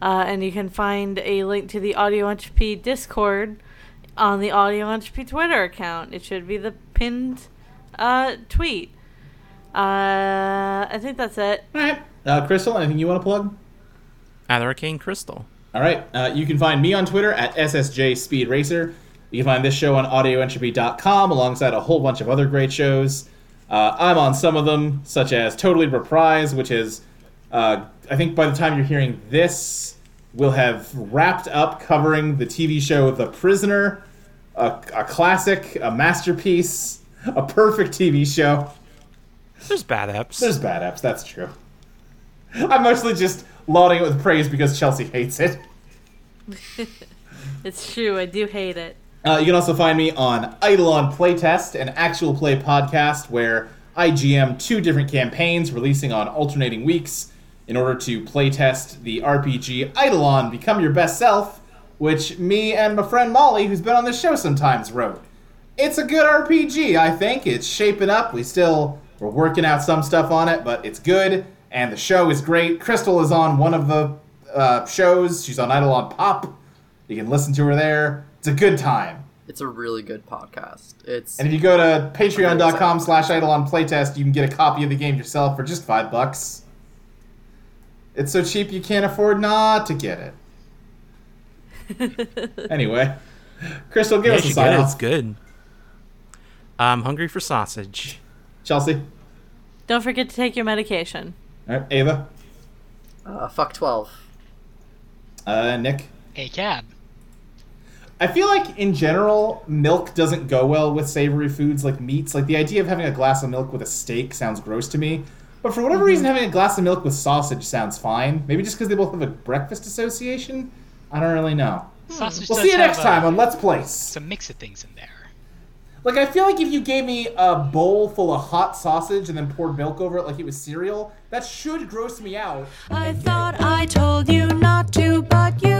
S4: uh, and you can find a link to the Audio Entropy Discord on the Audio Entropy Twitter account. It should be the pinned uh, tweet. Uh, I think that's it.
S2: All right. Uh, Crystal, anything you want to plug?
S3: At Arcane Crystal.
S2: All right. Uh, you can find me on Twitter at SSJ Speed Racer. You can find this show on audioentropy.com alongside a whole bunch of other great shows. Uh, I'm on some of them, such as Totally Reprise, which is, uh, I think by the time you're hearing this, we'll have wrapped up covering the TV show The Prisoner, a, a classic, a masterpiece, a perfect TV show.
S3: There's bad eps.
S2: There's bad apps, that's true. I'm mostly just lauding it with praise because Chelsea hates it.
S4: It's true. I do hate it.
S2: Uh, you can also find me on Eidolon Playtest, an actual play podcast where I GM two different campaigns releasing on alternating weeks in order to playtest the RPG Eidolon Become Your Best Self, which me and my friend Molly, who's been on this show sometimes, wrote. It's a good RPG, I think. It's shaping up. We still we're working out some stuff on it, but it's good and the show is great. Crystal is on one of the uh, shows. She's on Eidolon Pop. You can listen to her there. It's a good time.
S5: It's a really good podcast. It's
S2: And if you go to patreon.com slash Eidolon Playtest, you can get a copy of the game yourself for just five bucks. It's so cheap you can't afford not to get it. anyway, Crystal, give
S3: Yeah, you
S2: us a
S3: should
S2: sign
S3: get it. It's
S2: off.
S3: good. I'm hungry for sausage.
S2: Chelsea,
S4: Don't forget to take your medication.
S2: all right, Ava,
S5: uh, fuck twelve.
S2: uh, Nick.
S6: A cab.
S2: I feel like in general, milk doesn't go well with savory foods like meats. Like the idea of having a glass of milk with a steak sounds gross to me. But for whatever reason, having a glass of milk with sausage sounds fine. Maybe just because they both have a breakfast association. I don't really know.
S6: Sausage
S2: We'll
S6: does
S2: see you
S6: have
S2: next
S6: a-
S2: time on Let's Place.
S6: It's a mix of things in there.
S2: Like I feel like if you gave me a bowl full of hot sausage and then poured milk over it like it was cereal, that should gross me out.
S1: I thought I told you not to, but you